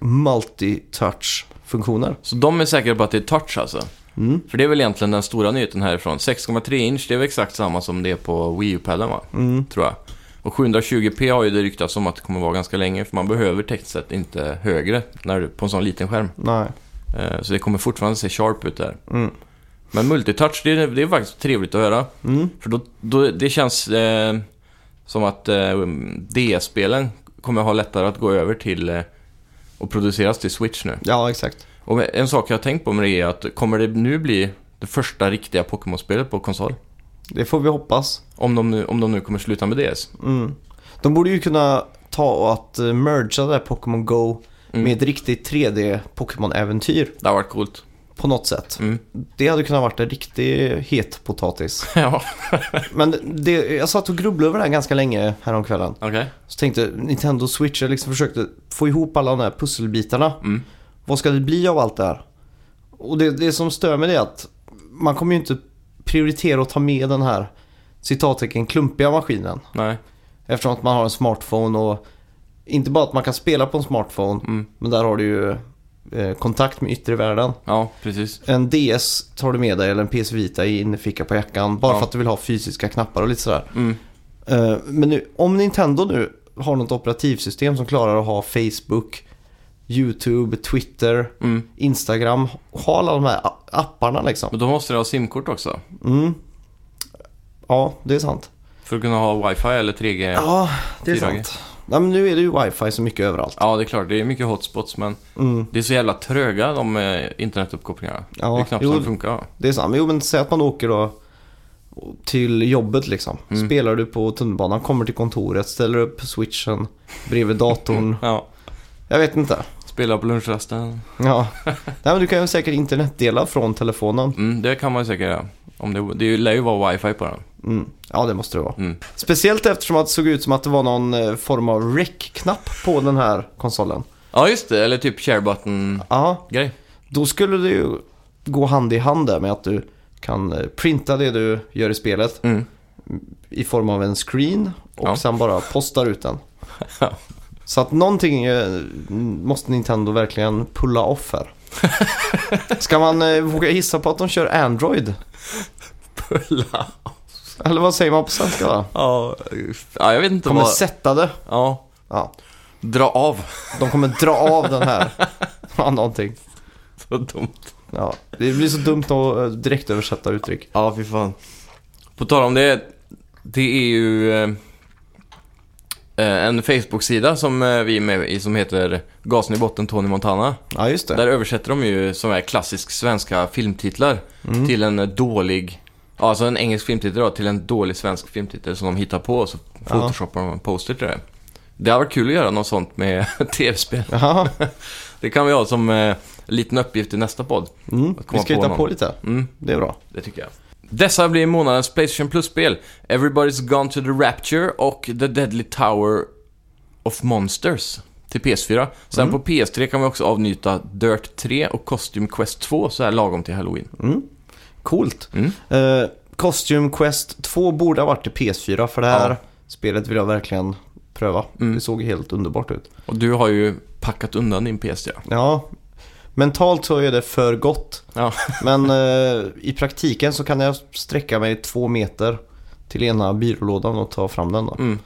[SPEAKER 1] multi-touch funktioner.
[SPEAKER 2] Så de är säkra på att det är touch alltså?
[SPEAKER 1] Mm.
[SPEAKER 2] För det är väl egentligen den stora nyheten härifrån. 6,3 inch, det är väl exakt samma som det är på Wii U-padden va?
[SPEAKER 1] Mm.
[SPEAKER 2] Tror jag. Och 720p har ju det ryktats om att det kommer vara ganska länge, för man behöver tekniskt sett inte högre när du, på en sån liten skärm.
[SPEAKER 1] Nej.
[SPEAKER 2] Eh, Så det kommer fortfarande se sharp ut där.
[SPEAKER 1] Mm.
[SPEAKER 2] Men multitouch, det är, det är faktiskt trevligt att höra.
[SPEAKER 1] Mm.
[SPEAKER 2] För då, då, det känns eh, som att eh, DS-spelen kommer ha lättare att gå över till eh, och produceras till Switch nu.
[SPEAKER 1] Ja, exakt.
[SPEAKER 2] Och en sak jag har tänkt på med det är att kommer det nu bli det första riktiga Pokémon-spelet på konsol?
[SPEAKER 1] Det får vi hoppas.
[SPEAKER 2] Om de, nu, om de nu kommer sluta med DS.
[SPEAKER 1] Mm. De borde ju kunna ta och att eh, mergea det här Pokémon Go
[SPEAKER 2] Mm.
[SPEAKER 1] med ett riktigt 3D Pokémon-äventyr
[SPEAKER 2] Det har varit coolt. <laughs>
[SPEAKER 1] på något sätt.
[SPEAKER 2] Mm.
[SPEAKER 1] Det hade kunnat varit en riktig het potatis.
[SPEAKER 2] ja,
[SPEAKER 1] Men det, jag satt och grubblade över det här ganska länge häromkvällen.
[SPEAKER 2] okej.
[SPEAKER 1] Så tänkte Nintendo Switch, jag liksom försökte få ihop alla de här pusselbitarna.
[SPEAKER 2] Mm.
[SPEAKER 1] Vad ska det bli av allt det här? Och det, det som stör mig det är att man kommer ju inte prioritera att ta med den här citattecken klumpiga maskinen.
[SPEAKER 2] Nej.
[SPEAKER 1] Eftersom att man har en smartphone och inte bara att man kan spela på en smartphone.
[SPEAKER 2] Mm.
[SPEAKER 1] Men där har du ju eh, kontakt med yttre världen.
[SPEAKER 2] Ja, precis.
[SPEAKER 1] En DS tar du med dig eller en PS Vita i innerficka på jackan. Bara
[SPEAKER 2] Ja.
[SPEAKER 1] för att du vill ha fysiska knappar och lite sådär.
[SPEAKER 2] Mm.
[SPEAKER 1] Eh, Men nu, om Nintendo nu har något operativsystem som klarar att ha Facebook, YouTube, Twitter,
[SPEAKER 2] Mm.
[SPEAKER 1] Instagram. Ha alla de här a- apparna liksom.
[SPEAKER 2] Men då måste du ha simkort också.
[SPEAKER 1] Mm. Ja, det är sant.
[SPEAKER 2] För att kunna ha wifi eller 3G.
[SPEAKER 1] Ja, det är
[SPEAKER 2] 4G.
[SPEAKER 1] sant. Nej, men nu är det ju wifi så mycket överallt.
[SPEAKER 2] Ja, det är klart. Det är mycket hotspots, men
[SPEAKER 1] Mm.
[SPEAKER 2] det är så jävla tröga de eh, internetuppkopplingarna.
[SPEAKER 1] Ja,
[SPEAKER 2] det är knappt
[SPEAKER 1] jo.
[SPEAKER 2] så de funkar.
[SPEAKER 1] Det är sant. Jo, men säg att man åker då till jobbet liksom. Spelar du på tunnelbanan, kommer till kontoret, ställer upp switchen bredvid datorn.
[SPEAKER 2] Ja.
[SPEAKER 1] Jag vet inte.
[SPEAKER 2] Spela på lunchrasten.
[SPEAKER 1] Ja. Nej, men du kan ju säkert internetdela från telefonen.
[SPEAKER 2] Mm, det kan man ju säkert göra. Om det, det lär ju vara wifi på den.
[SPEAKER 1] Mm. Ja, det måste det vara.
[SPEAKER 2] Mm.
[SPEAKER 1] Speciellt eftersom att det såg ut som att det var någon eh, form av rec-knapp på den här konsolen.
[SPEAKER 2] Ja, just det. Eller typ share button-grej.
[SPEAKER 1] Ja, <laughs> då skulle det ju gå hand i hand där med att du kan eh, printa det du gör i spelet
[SPEAKER 2] Mm.
[SPEAKER 1] i form av en screen och
[SPEAKER 2] Ja.
[SPEAKER 1] sen bara postar ut den.
[SPEAKER 2] <laughs> Ja.
[SPEAKER 1] Så att någonting eh, måste Nintendo verkligen pulla off
[SPEAKER 2] <laughs>
[SPEAKER 1] här. Ska man eh, våga gissa på att de kör Android?
[SPEAKER 2] Pulla.
[SPEAKER 1] Eller vad säger man på svenska då?
[SPEAKER 2] Ja, ja, jag vet inte
[SPEAKER 1] Kommer
[SPEAKER 2] vad...
[SPEAKER 1] sätta det.
[SPEAKER 2] Ja,
[SPEAKER 1] Ja,
[SPEAKER 2] dra av. <laughs>
[SPEAKER 1] de kommer dra av den här. Ja, någonting.
[SPEAKER 2] Så dumt.
[SPEAKER 1] Ja, det blir så dumt att eh, direkt översätta uttryck.
[SPEAKER 2] Ja, fy fan. På tal om det, det är ju eh, en Facebook-sida som eh, vi är med i som heter Gasen i botten Tony Montana.
[SPEAKER 1] Ja, just det.
[SPEAKER 2] Där översätter de ju som är klassisk svenska filmtitlar till en dålig, ja, alltså en engelsk filmtitel då, till en dålig svensk filmtitel som de hittar på och så photoshoppar de en poster till det. Det hade varit kul att göra något sånt med <laughs> tv-spel.
[SPEAKER 1] Jaha,
[SPEAKER 2] Det kan vi ha som eh, liten uppgift i nästa podd.
[SPEAKER 1] mm. vi
[SPEAKER 2] komma
[SPEAKER 1] ska
[SPEAKER 2] på
[SPEAKER 1] hitta
[SPEAKER 2] någon.
[SPEAKER 1] på lite.
[SPEAKER 2] Mm.
[SPEAKER 1] Det är bra.
[SPEAKER 2] Det tycker jag. Dessa blir månadens Playstation Plus-spel. Everybody's Gone to the Rapture och The Deadly Tower of Monsters till PS4. Sen
[SPEAKER 1] Mm.
[SPEAKER 2] på PS3 kan vi också avnyta Dirt 3 och Costume Quest 2 så här lagom till Halloween.
[SPEAKER 1] Coolt.
[SPEAKER 2] Mm.
[SPEAKER 1] Eh, Costume Quest 2 borde ha varit till PS4 för det här
[SPEAKER 2] Ja.
[SPEAKER 1] spelet vill jag verkligen pröva.
[SPEAKER 2] Mm.
[SPEAKER 1] Det såg helt underbart ut.
[SPEAKER 2] Och du har ju packat undan din PS4.
[SPEAKER 1] Ja, mentalt så är det för gott.
[SPEAKER 2] <laughs> Ja.
[SPEAKER 1] Men eh, i praktiken så kan jag sträcka mig två meter till ena byrålådan och ta fram den då.
[SPEAKER 2] Mm.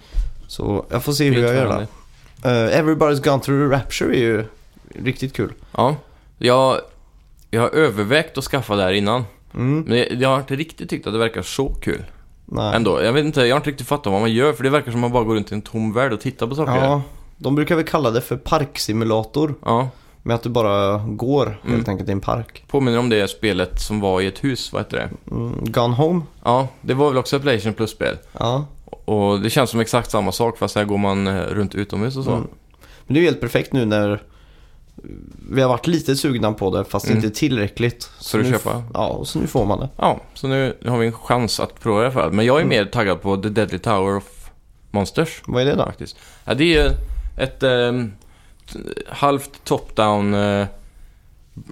[SPEAKER 1] Så jag får se hur jag gör där. Eh, Everybody's Gone Through the Rapture är ju riktigt kul.
[SPEAKER 2] Ja. Jag, jag har övervägt att skaffa det här innan.
[SPEAKER 1] Mm.
[SPEAKER 2] Men jag, jag har inte riktigt tyckt att det verkar så kul.
[SPEAKER 1] Nej.
[SPEAKER 2] Ändå. Jag vet inte, jag har inte riktigt fattat vad man gör. För det verkar som att man bara går runt i en tom värld och tittar på saker.
[SPEAKER 1] Ja, de brukar väl kalla det för parksimulator.
[SPEAKER 2] ja.
[SPEAKER 1] Med att du bara går helt
[SPEAKER 2] Mm.
[SPEAKER 1] enkelt i en park.
[SPEAKER 2] Påminner om det spelet som var i ett hus, vad heter det?
[SPEAKER 1] Mm, gone Home.
[SPEAKER 2] Ja, det var väl också ett Playstation Plus-spel.
[SPEAKER 1] Ja.
[SPEAKER 2] Och det känns som exakt samma sak fast här går man eh, runt utomhus och så.
[SPEAKER 1] Mm. Men det är ju helt perfekt nu när vi har varit lite sugna på det fast
[SPEAKER 2] Mm.
[SPEAKER 1] inte tillräckligt. Så,
[SPEAKER 2] du
[SPEAKER 1] nu,
[SPEAKER 2] köpa?
[SPEAKER 1] Ja, och så nu får man det.
[SPEAKER 2] Ja, så nu har vi en chans att prova det i alla fall. Men jag
[SPEAKER 1] Mm.
[SPEAKER 2] är mer taggad på The Deadly Tower of Monsters
[SPEAKER 1] Vad är det då?
[SPEAKER 2] faktiskt. Ja, det är ju ett ehm, t- halvt top-down, eh,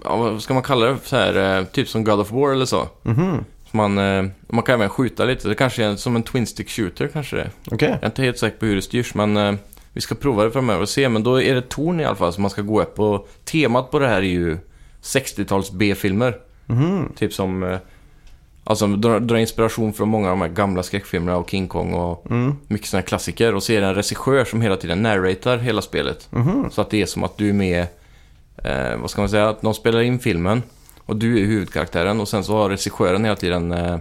[SPEAKER 2] ja, vad ska man kalla det? Så här, eh, typ som God of War eller så.
[SPEAKER 1] Mhm,
[SPEAKER 2] Så Man, eh, man kan även skjuta lite. Det kanske är en- som en Twin Stick Shooter kanske det är.
[SPEAKER 1] Okej.
[SPEAKER 2] Jag är inte helt säker på hur det styrs, men eh, vi ska prova det framöver och se. Men då är det torn i alla fall som man ska gå upp och temat på det här är ju 60-tals B-filmer.
[SPEAKER 1] Mhm.
[SPEAKER 2] Typ som, eh, alltså drar dra inspiration från många av de här gamla skräckfilmerna och King Kong och
[SPEAKER 1] Mm.
[SPEAKER 2] mycket sådana här klassiker. Och så är det en regissör som hela tiden narratar hela spelet.
[SPEAKER 1] Mhm.
[SPEAKER 2] Så att det är som att du är med, eh, vad ska man säga, att någon spelar in filmen och du är huvudkaraktären och sen så har regissören hela tiden eh,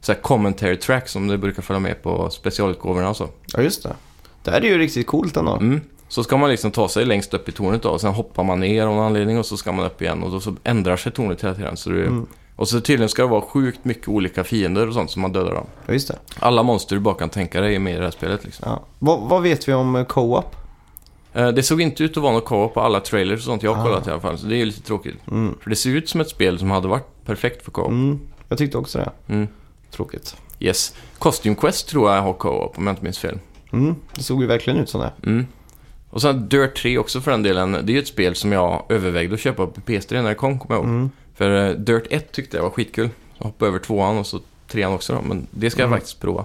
[SPEAKER 2] så här commentary track som det brukar följa med på specialutgåvorna och så.
[SPEAKER 1] Ja, just det. Det här är ju riktigt coolt ändå.
[SPEAKER 2] Mm. Så ska man liksom ta sig längst upp i tornet då och sen hoppar man ner av någon anledning och så ska man upp igen och då så ändrar sig tornet hela tiden. Så det,
[SPEAKER 1] Mm.
[SPEAKER 2] Och så tydligen ska det vara sjukt mycket olika fiender och sånt som man dödar dem.
[SPEAKER 1] Ja, just det.
[SPEAKER 2] Alla monster du bara kan tänka dig är med i det här spelet liksom.
[SPEAKER 1] Ja. Vad- vad vet vi om eh, co-op?
[SPEAKER 2] Eh, Det såg inte ut att vara något co-op på alla trailers och sånt jag har
[SPEAKER 1] Ah.
[SPEAKER 2] kollat i alla fall, så det är ju lite tråkigt.
[SPEAKER 1] Mm.
[SPEAKER 2] För det ser ut som ett spel som hade varit perfekt för co-op.
[SPEAKER 1] Mm. Jag tyckte också det.
[SPEAKER 2] Mm.
[SPEAKER 1] Tråkigt.
[SPEAKER 2] Yes. Costume Quest tror jag har co-op om jag inte minns fel.
[SPEAKER 1] Mm. Det såg ju verkligen ut som det.
[SPEAKER 2] Mm. Och sen Dirt 3 också för den delen. Det är ju ett spel som jag övervägde att köpa på PS3 när det kom, kommer jag ihåg.
[SPEAKER 1] Mm.
[SPEAKER 2] För eh, Dirt 1 tyckte jag var skitkul. Jag hoppade över tvåan och så trean också då, men det ska
[SPEAKER 1] Mm.
[SPEAKER 2] jag faktiskt prova.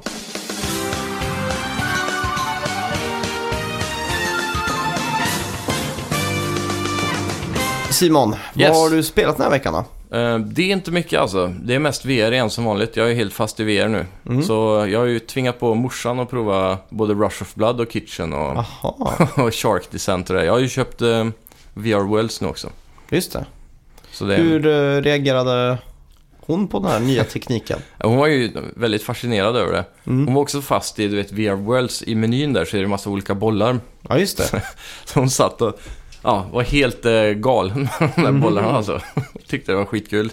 [SPEAKER 1] Simon,
[SPEAKER 2] Yes.
[SPEAKER 1] vad har du spelat den här veckan då?
[SPEAKER 2] Eh, Det är inte mycket alltså. Det är mest VR igen som vanligt. Jag är helt fast i VR nu.
[SPEAKER 1] Mm.
[SPEAKER 2] Så jag har ju tvingat på morsan att prova både Rush of Blood och Kitchen och, <laughs>
[SPEAKER 1] Aha,
[SPEAKER 2] och Shark Descent och det. Jag har ju köpt eh, VR Worlds nu också.
[SPEAKER 1] just det.
[SPEAKER 2] Så det,
[SPEAKER 1] Hur eh, reagerade hon på den här nya
[SPEAKER 2] <laughs>
[SPEAKER 1] tekniken?
[SPEAKER 2] Hon var ju väldigt fascinerad över det.
[SPEAKER 1] Mm.
[SPEAKER 2] Hon var också fast i du vet, VR Worlds. I menyn där så är det massa olika bollar.
[SPEAKER 1] Ja, just det.
[SPEAKER 2] Så hon satt och ja, var helt eh, galen med de där bollarna alltså. Tyckte det var skitkul.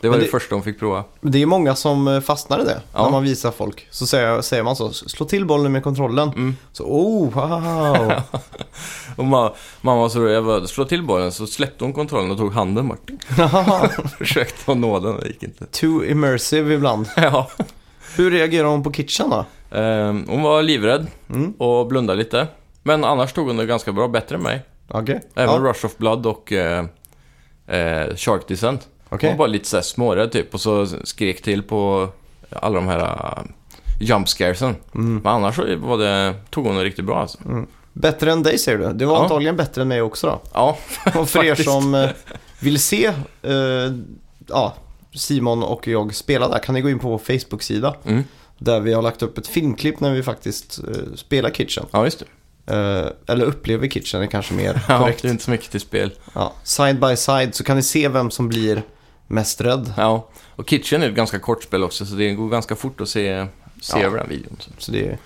[SPEAKER 2] Det var
[SPEAKER 1] Mm. Men
[SPEAKER 2] det,
[SPEAKER 1] det-
[SPEAKER 2] första de fick prova.
[SPEAKER 1] Men Det är många som eh, fastnar i det
[SPEAKER 2] Ja.
[SPEAKER 1] när man visar folk. Så säger, säger man så, slå till bollen med kontrollen.
[SPEAKER 2] Mm.
[SPEAKER 1] Så oh,
[SPEAKER 2] <laughs>
[SPEAKER 1] wow.
[SPEAKER 2] Och ma- mamma var så rolig, jag bara, slå till bollen, så släppte hon kontrollen och tog handen bort. <laughs> Försökte att nå den, det gick inte.
[SPEAKER 1] Too immersive ibland.
[SPEAKER 2] Ja.
[SPEAKER 1] Hur reagerar hon på kitchen då?
[SPEAKER 2] Ehm, hon var livrädd
[SPEAKER 1] Mm.
[SPEAKER 2] och blundade lite. Men annars tog hon det ganska bra, bättre än mig.
[SPEAKER 1] Okej.
[SPEAKER 2] Även
[SPEAKER 1] Ja.
[SPEAKER 2] Rush of Blood och eh, eh, Shark Descent.
[SPEAKER 1] okej.
[SPEAKER 2] Hon var bara lite såhär smårädd typ och så skrek till på alla de här uh, jump scaresen.
[SPEAKER 1] Mm.
[SPEAKER 2] Men annars så var det, tog hon det riktigt bra alltså.
[SPEAKER 1] Bättre än dig säger du. Det var
[SPEAKER 2] Ja.
[SPEAKER 1] antagligen bättre än mig också
[SPEAKER 2] <laughs>
[SPEAKER 1] då.
[SPEAKER 2] Ja,
[SPEAKER 1] Och för er
[SPEAKER 2] Faktiskt.
[SPEAKER 1] som eh, vill se eh, ja, Simon och jag spela där kan ni gå in på vår Facebook-sida.
[SPEAKER 2] Mm.
[SPEAKER 1] Där vi har lagt upp ett filmklipp när vi faktiskt eh, spelar Kitchen.
[SPEAKER 2] ja just det.
[SPEAKER 1] Eh, eller upplever Kitchen är kanske mer
[SPEAKER 2] Ja,
[SPEAKER 1] korrekt.
[SPEAKER 2] Det är inte så mycket till spel.
[SPEAKER 1] Ja, side by side så kan ni se vem som blir mest rädd.
[SPEAKER 2] Ja, och Kitchen är ett ganska kort spel också så det går ganska fort att se, se
[SPEAKER 1] Ja.
[SPEAKER 2] över den videon. Så.
[SPEAKER 1] Så det är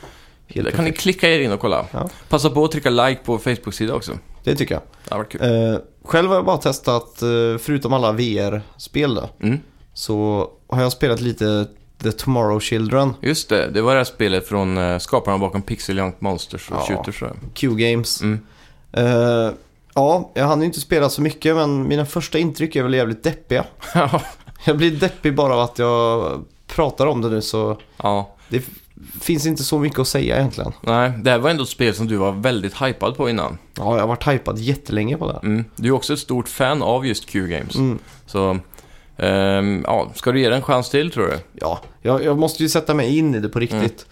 [SPEAKER 1] helt
[SPEAKER 2] Där kan ni
[SPEAKER 1] perfekt.
[SPEAKER 2] klicka er in och kolla.
[SPEAKER 1] Ja.
[SPEAKER 2] Passa på att trycka like på Facebook-sida också.
[SPEAKER 1] Det tycker jag.
[SPEAKER 2] Det har varit kul.
[SPEAKER 1] Eh, själv har jag bara testat, eh, förutom alla VR-spel då,
[SPEAKER 2] Mm.
[SPEAKER 1] så har jag spelat lite The Tomorrow Children,
[SPEAKER 2] Just det, det var det här spelet från eh, skaparna bakom Pixel Junk Monsters och
[SPEAKER 1] Ja.
[SPEAKER 2] Shooters. tror jag. <laughs>
[SPEAKER 1] Q-Games.
[SPEAKER 2] Mm.
[SPEAKER 1] Eh, ja, jag hann ju inte spela så mycket men mina första intryck är väl jävligt deppiga. <laughs>
[SPEAKER 2] Ja.
[SPEAKER 1] Jag blir deppig bara av att jag pratar om det nu så
[SPEAKER 2] ja.
[SPEAKER 1] det f- finns inte så mycket att säga egentligen.
[SPEAKER 2] Nej, det här var ändå ett spel som du var väldigt hypad på innan.
[SPEAKER 1] Ja, jag har varit hypad jättelänge på det. här.
[SPEAKER 2] Mm. Du är också ett stort fan av just Q-games.
[SPEAKER 1] Mm.
[SPEAKER 2] Så, ehm, ja, ska du ge det en chans till tror du?
[SPEAKER 1] Ja, jag, jag måste ju sätta mig in i det på
[SPEAKER 2] Mm.
[SPEAKER 1] riktigt.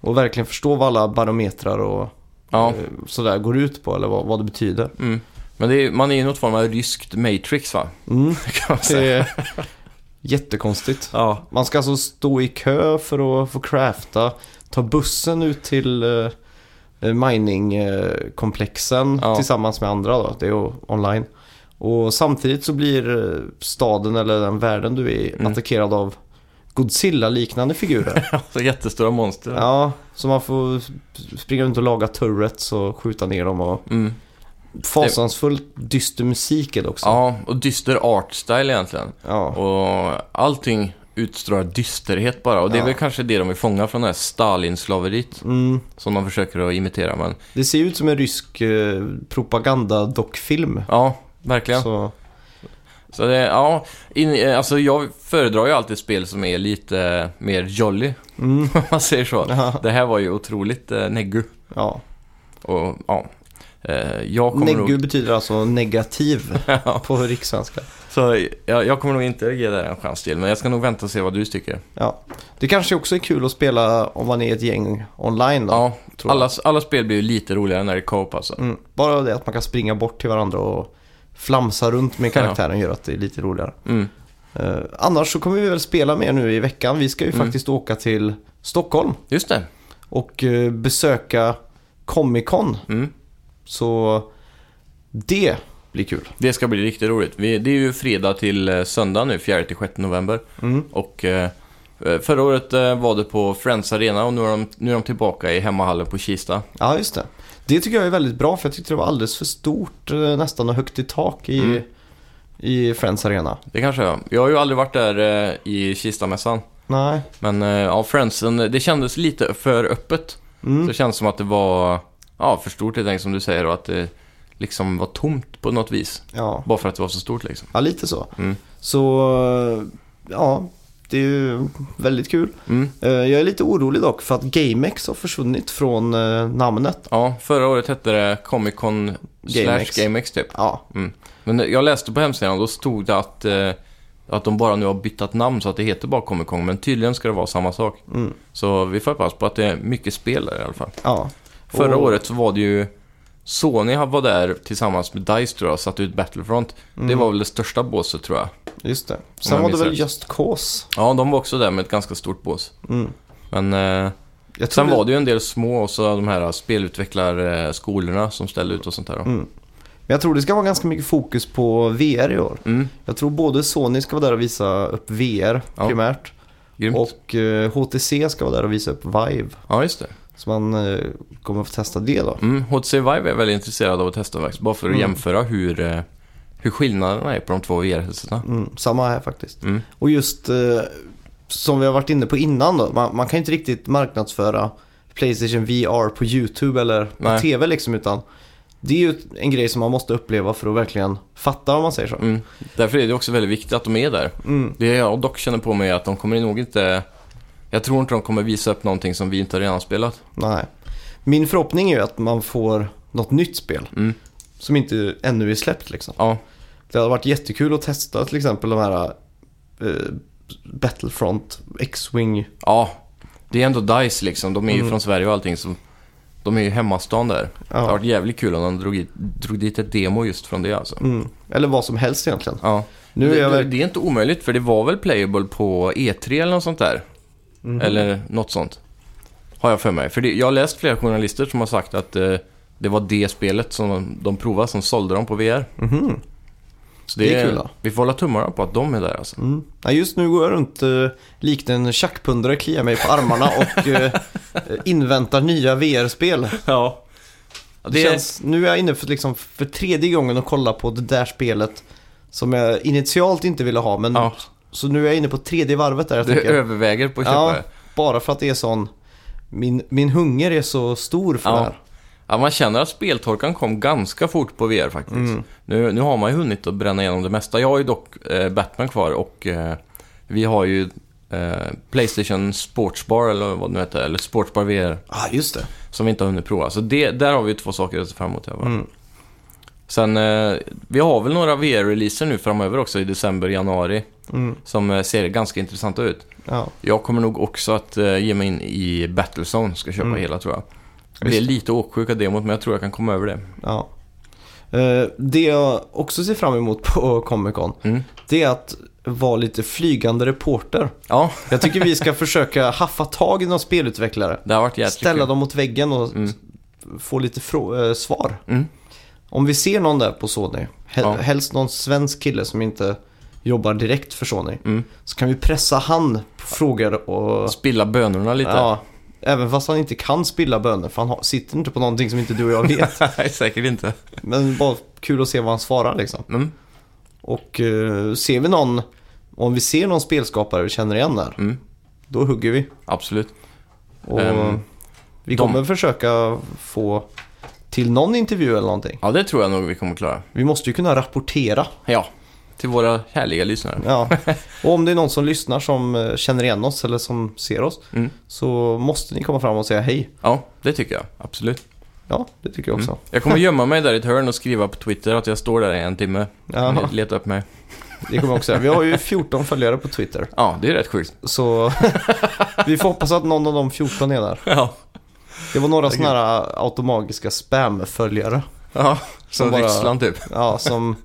[SPEAKER 1] Och verkligen förstå vad alla barometrar och
[SPEAKER 2] Ja.
[SPEAKER 1] eh, sådär går ut på eller vad, vad det betyder.
[SPEAKER 2] Mm. Men det är, man är i något form av ryskt Matrix va? <laughs>
[SPEAKER 1] Mm.
[SPEAKER 2] Kan man säga.
[SPEAKER 1] Det är jättekonstigt.
[SPEAKER 2] <laughs> Ja.
[SPEAKER 1] Man ska alltså stå i kö för att få crafta, ta bussen ut till eh, miningkomplexen
[SPEAKER 2] Ja.
[SPEAKER 1] tillsammans med andra då, det är ju online. Och samtidigt så blir eh, staden eller den världen du är i
[SPEAKER 2] Mm.
[SPEAKER 1] attackerad av Godzilla-liknande figurer.
[SPEAKER 2] Så Alltså, jättestora monster.
[SPEAKER 1] ja, så man får springa runt och laga turrets och skjuta ner dem och
[SPEAKER 2] Mm.
[SPEAKER 1] fasansfullt dyster musik är det också.
[SPEAKER 2] ja, och dyster art style egentligen.
[SPEAKER 1] Ja.
[SPEAKER 2] Och allting utstrålar dysterhet bara. Och det är
[SPEAKER 1] Ja.
[SPEAKER 2] väl kanske det de vill fånga från det här Stalin-slaveriet
[SPEAKER 1] Mm.
[SPEAKER 2] som de försöker att imitera. Men
[SPEAKER 1] Det ser ut som en rysk eh, propagandadockfilm.
[SPEAKER 2] ja, verkligen.
[SPEAKER 1] Så,
[SPEAKER 2] Så det, ja, in, eh, alltså jag föredrar ju alltid spel som är lite eh, mer jolly, <laughs>
[SPEAKER 1] mm. <laughs>
[SPEAKER 2] om man säger så.
[SPEAKER 1] Ja.
[SPEAKER 2] Det här var ju otroligt eh, neggu.
[SPEAKER 1] Ja.
[SPEAKER 2] Och, ja, eh, jag kommer
[SPEAKER 1] Neggu
[SPEAKER 2] nog...
[SPEAKER 1] betyder alltså negativ
[SPEAKER 2] <laughs> Ja,
[SPEAKER 1] på rikssvenska.
[SPEAKER 2] så jag, jag kommer nog inte ge det här en chans till, men jag ska nog vänta och se vad du tycker.
[SPEAKER 1] Ja. Det kanske också är kul att spela om man är ett gäng online då.
[SPEAKER 2] Ja,
[SPEAKER 1] tror jag.
[SPEAKER 2] alla, alla spel blir ju lite roligare när det är co-op alltså.
[SPEAKER 1] Mm. Bara det att man kan springa bort till varandra och flamsa runt med karaktären gör att det är lite roligare.
[SPEAKER 2] Mm.
[SPEAKER 1] Eh, annars så kommer vi väl spela mer nu i veckan. Vi ska ju
[SPEAKER 2] Mm.
[SPEAKER 1] faktiskt åka till Stockholm
[SPEAKER 2] Just det.
[SPEAKER 1] och eh, besöka Comic Con.
[SPEAKER 2] Mm.
[SPEAKER 1] Så det blir kul.
[SPEAKER 2] Det ska bli riktigt roligt. Vi, det är ju fredag till eh, söndag nu, 4-6 november.
[SPEAKER 1] Mm.
[SPEAKER 2] Och eh, förra året eh, var det på Friends Arena och nu är de, nu är de tillbaka i hemmahallen på Kista.
[SPEAKER 1] Ja, just det. Det tycker jag är väldigt bra för jag tyckte det var alldeles för stort, eh, nästan och högt i tak i,
[SPEAKER 2] Mm.
[SPEAKER 1] i Friends Arena.
[SPEAKER 2] Det kanske jag. Jag har ju aldrig varit där eh, i Kistamässan.
[SPEAKER 1] Nej.
[SPEAKER 2] Men eh, ja, Friendsen, det kändes lite för öppet. Så
[SPEAKER 1] Mm.
[SPEAKER 2] det kändes som att det var ja, för stort helt enkelt som du säger och att det liksom var tomt på något vis.
[SPEAKER 1] Ja.
[SPEAKER 2] Bara för att det var så stort liksom.
[SPEAKER 1] ja, lite så.
[SPEAKER 2] Mm.
[SPEAKER 1] Så, eh, ja, det är ju väldigt kul.
[SPEAKER 2] Mm.
[SPEAKER 1] Eh, Jag är lite orolig dock för att GameX har försvunnit från eh, namnet.
[SPEAKER 2] Ja, förra året hette det Comic Con slash
[SPEAKER 1] GameX.
[SPEAKER 2] GameX typ.
[SPEAKER 1] Ja,
[SPEAKER 2] Men eh, jag läste på hemsidan och då stod det att, eh, att de bara nu har bytt namn så att det heter bara Comic Con. Men tydligen ska det vara samma sak.
[SPEAKER 1] mm.
[SPEAKER 2] Så vi får hoppas på att det är mycket spel där i alla fall.
[SPEAKER 1] ja.
[SPEAKER 2] Förra
[SPEAKER 1] Och-
[SPEAKER 2] året så var det ju Sony var där tillsammans med DICE tror jag och satte ut Battlefront. Det
[SPEAKER 1] Mm.
[SPEAKER 2] var väl det största båset tror jag.
[SPEAKER 1] Just det.
[SPEAKER 2] jag
[SPEAKER 1] Sen var det
[SPEAKER 2] minns
[SPEAKER 1] väl
[SPEAKER 2] rätt.
[SPEAKER 1] Just Cause.
[SPEAKER 2] Ja, de var också där med ett ganska stort bås.
[SPEAKER 1] Mm.
[SPEAKER 2] Men eh,
[SPEAKER 1] Jag
[SPEAKER 2] sen
[SPEAKER 1] tror
[SPEAKER 2] var det ju en del små och så de här spelutvecklarskolorna som ställde ut och sånt där. då.
[SPEAKER 1] Mm. Men jag tror det ska vara ganska mycket fokus på VR i år.
[SPEAKER 2] Mm,
[SPEAKER 1] Jag tror både Sony ska vara där och visa upp VR
[SPEAKER 2] Ja.
[SPEAKER 1] primärt.
[SPEAKER 2] grymt.
[SPEAKER 1] Och eh, HTC ska vara där och visa upp Vive.
[SPEAKER 2] Ja, just det.
[SPEAKER 1] Så man eh, kommer att få testa det då.
[SPEAKER 2] Mm, HTC Vive är väldigt intresserad av att testa faktiskt. Bara för att
[SPEAKER 1] Mm.
[SPEAKER 2] jämföra hur, eh, hur skillnaderna är på de två VR-husen.
[SPEAKER 1] Mm, samma här faktiskt.
[SPEAKER 2] Mm.
[SPEAKER 1] Och just eh, som vi har varit inne på innan då. Man, man kan ju inte riktigt marknadsföra Playstation VR på YouTube eller på
[SPEAKER 2] Nej.
[SPEAKER 1] TV liksom. Utan det är ju en grej som man måste uppleva för att verkligen fatta om man säger så.
[SPEAKER 2] Mm. Därför är det också väldigt viktigt att de är där.
[SPEAKER 1] Mm.
[SPEAKER 2] Det jag dock känner på mig är att de kommer nog inte... Jag tror inte de kommer visa upp någonting som vi inte redan har spelat.
[SPEAKER 1] Nej. Min förhoppning är ju att man får något nytt spel
[SPEAKER 2] Mm.
[SPEAKER 1] som inte ännu är släppt liksom.
[SPEAKER 2] Ja,
[SPEAKER 1] Det hade varit jättekul att testa till exempel de här eh, Battlefront X-Wing.
[SPEAKER 2] ja. Det är ändå DICE liksom. De är ju
[SPEAKER 1] Mm.
[SPEAKER 2] från Sverige och allting. Så de är ju hemmastan där. Det hade
[SPEAKER 1] Ja.
[SPEAKER 2] varit jävligt kul om de drog, hit- drog dit ett demo just från det alltså.
[SPEAKER 1] Mm. Eller vad som helst egentligen.
[SPEAKER 2] Ja.
[SPEAKER 1] Nu är
[SPEAKER 2] det,
[SPEAKER 1] jag
[SPEAKER 2] det,
[SPEAKER 1] väl...
[SPEAKER 2] det är inte omöjligt för det var väl playable på E3 eller något sånt där.
[SPEAKER 1] Mhm.
[SPEAKER 2] Eller något sånt. Har jag för mig. För det, jag har läst flera journalister som har sagt att eh, det var det spelet som de, de provade som sålde dem på VR.
[SPEAKER 1] Mhm.
[SPEAKER 2] Så
[SPEAKER 1] Det är kul, då.
[SPEAKER 2] Vi får hålla tummarna på att de är där alltså.
[SPEAKER 1] Mm. Ja, just nu går jag runt eh, likt en tjackpundare, kliar mig på armarna
[SPEAKER 2] <laughs>
[SPEAKER 1] och eh, inväntar nya VR-spel.
[SPEAKER 2] Ja.
[SPEAKER 1] Det
[SPEAKER 2] Det, det känns...
[SPEAKER 1] känns, nu är jag inne för, liksom, för tredje gången och kollar på det där spelet som jag initialt inte ville ha. Men,
[SPEAKER 2] Ja,
[SPEAKER 1] Så nu är jag inne på tredje varvet där jag
[SPEAKER 2] du
[SPEAKER 1] tänker,
[SPEAKER 2] överväger på att köpa
[SPEAKER 1] Ja.
[SPEAKER 2] det.
[SPEAKER 1] bara för att det är sån, min, min hunger är så stor för
[SPEAKER 2] Ja.
[SPEAKER 1] det här.
[SPEAKER 2] Ja, man känner att speltorkan kom ganska fort på VR faktiskt.
[SPEAKER 1] Mm.
[SPEAKER 2] Nu, nu har man ju hunnit att bränna igenom det mesta. Jag har ju dock eh, Batman kvar och eh, vi har ju eh, Playstation Sportsbar eller vad det nu heter, eller Sportsbar VR
[SPEAKER 1] Ja, just det.
[SPEAKER 2] som vi inte har hunnit prova. Så det, där har vi ju två saker att se fram emot. i alla fall.
[SPEAKER 1] Mm.
[SPEAKER 2] Sen, eh, vi har väl några VR-releaser nu framöver också i december, januari
[SPEAKER 1] Mm.
[SPEAKER 2] som eh, ser ganska intressanta ut.
[SPEAKER 1] Ja.
[SPEAKER 2] Jag kommer nog också att eh, ge mig in i Battlezone, ska köpa
[SPEAKER 1] Mm.
[SPEAKER 2] hela tror jag. Jag
[SPEAKER 1] Visst.
[SPEAKER 2] blir lite åksjuk av demot, men jag tror jag kan komma över det.
[SPEAKER 1] Ja. Eh, Det jag också ser fram emot på Comic Con,
[SPEAKER 2] Mm.
[SPEAKER 1] det är att vara lite flygande reporter.
[SPEAKER 2] Ja,
[SPEAKER 1] Jag tycker vi ska <laughs> försöka haffa tag i någon spelutvecklare.
[SPEAKER 2] det har varit jättekul.
[SPEAKER 1] Ställa dem mot väggen och
[SPEAKER 2] Mm.
[SPEAKER 1] få lite frå- eh, svar.
[SPEAKER 2] Mm.
[SPEAKER 1] Om vi ser någon där på Sony, hel-
[SPEAKER 2] Ja.
[SPEAKER 1] helst någon svensk kille som inte jobbar direkt för Sony,
[SPEAKER 2] Mm.
[SPEAKER 1] så kan vi pressa han på frågor och...
[SPEAKER 2] Spilla bönorna lite.
[SPEAKER 1] Ja, även fast han inte kan spilla bönor för han har, sitter inte på någonting som inte du och jag vet.
[SPEAKER 2] <laughs> Nej, säkert inte.
[SPEAKER 1] Men bara kul att se vad han svarar liksom.
[SPEAKER 2] Mm.
[SPEAKER 1] Och eh, ser vi någon, om vi ser någon spelskapare vi känner igen där,
[SPEAKER 2] Mm.
[SPEAKER 1] då hugger vi.
[SPEAKER 2] Absolut.
[SPEAKER 1] Och
[SPEAKER 2] Ehm,
[SPEAKER 1] vi
[SPEAKER 2] de-
[SPEAKER 1] kommer försöka få till någon intervju eller någonting.
[SPEAKER 2] Ja, det tror jag nog vi kommer klara.
[SPEAKER 1] Vi måste ju kunna rapportera.
[SPEAKER 2] Ja, till våra härliga lyssnare. <laughs>
[SPEAKER 1] Ja. Och om det är någon som lyssnar som eh, känner igen oss eller som ser oss
[SPEAKER 2] Mm.
[SPEAKER 1] så måste ni komma fram och säga hej.
[SPEAKER 2] Ja, det tycker jag. Absolut.
[SPEAKER 1] Ja, det tycker jag också. <laughs>
[SPEAKER 2] Jag kommer gömma mig där i ett hörn och skriva på Twitter att jag står där i en timme.
[SPEAKER 1] Ja,
[SPEAKER 2] Leta upp mig.
[SPEAKER 1] det kommer jag också göra. Vi har ju 14 följare på Twitter.
[SPEAKER 2] Ja, det är rätt sjukt. <laughs>
[SPEAKER 1] Så vi får hoppas att någon av de 14 är där.
[SPEAKER 2] Ja.
[SPEAKER 1] Det var några sådana här äh, automagiska spam-följare.
[SPEAKER 2] ja. Som
[SPEAKER 1] Som bara-
[SPEAKER 2] Ryssland typ.
[SPEAKER 1] Ja, som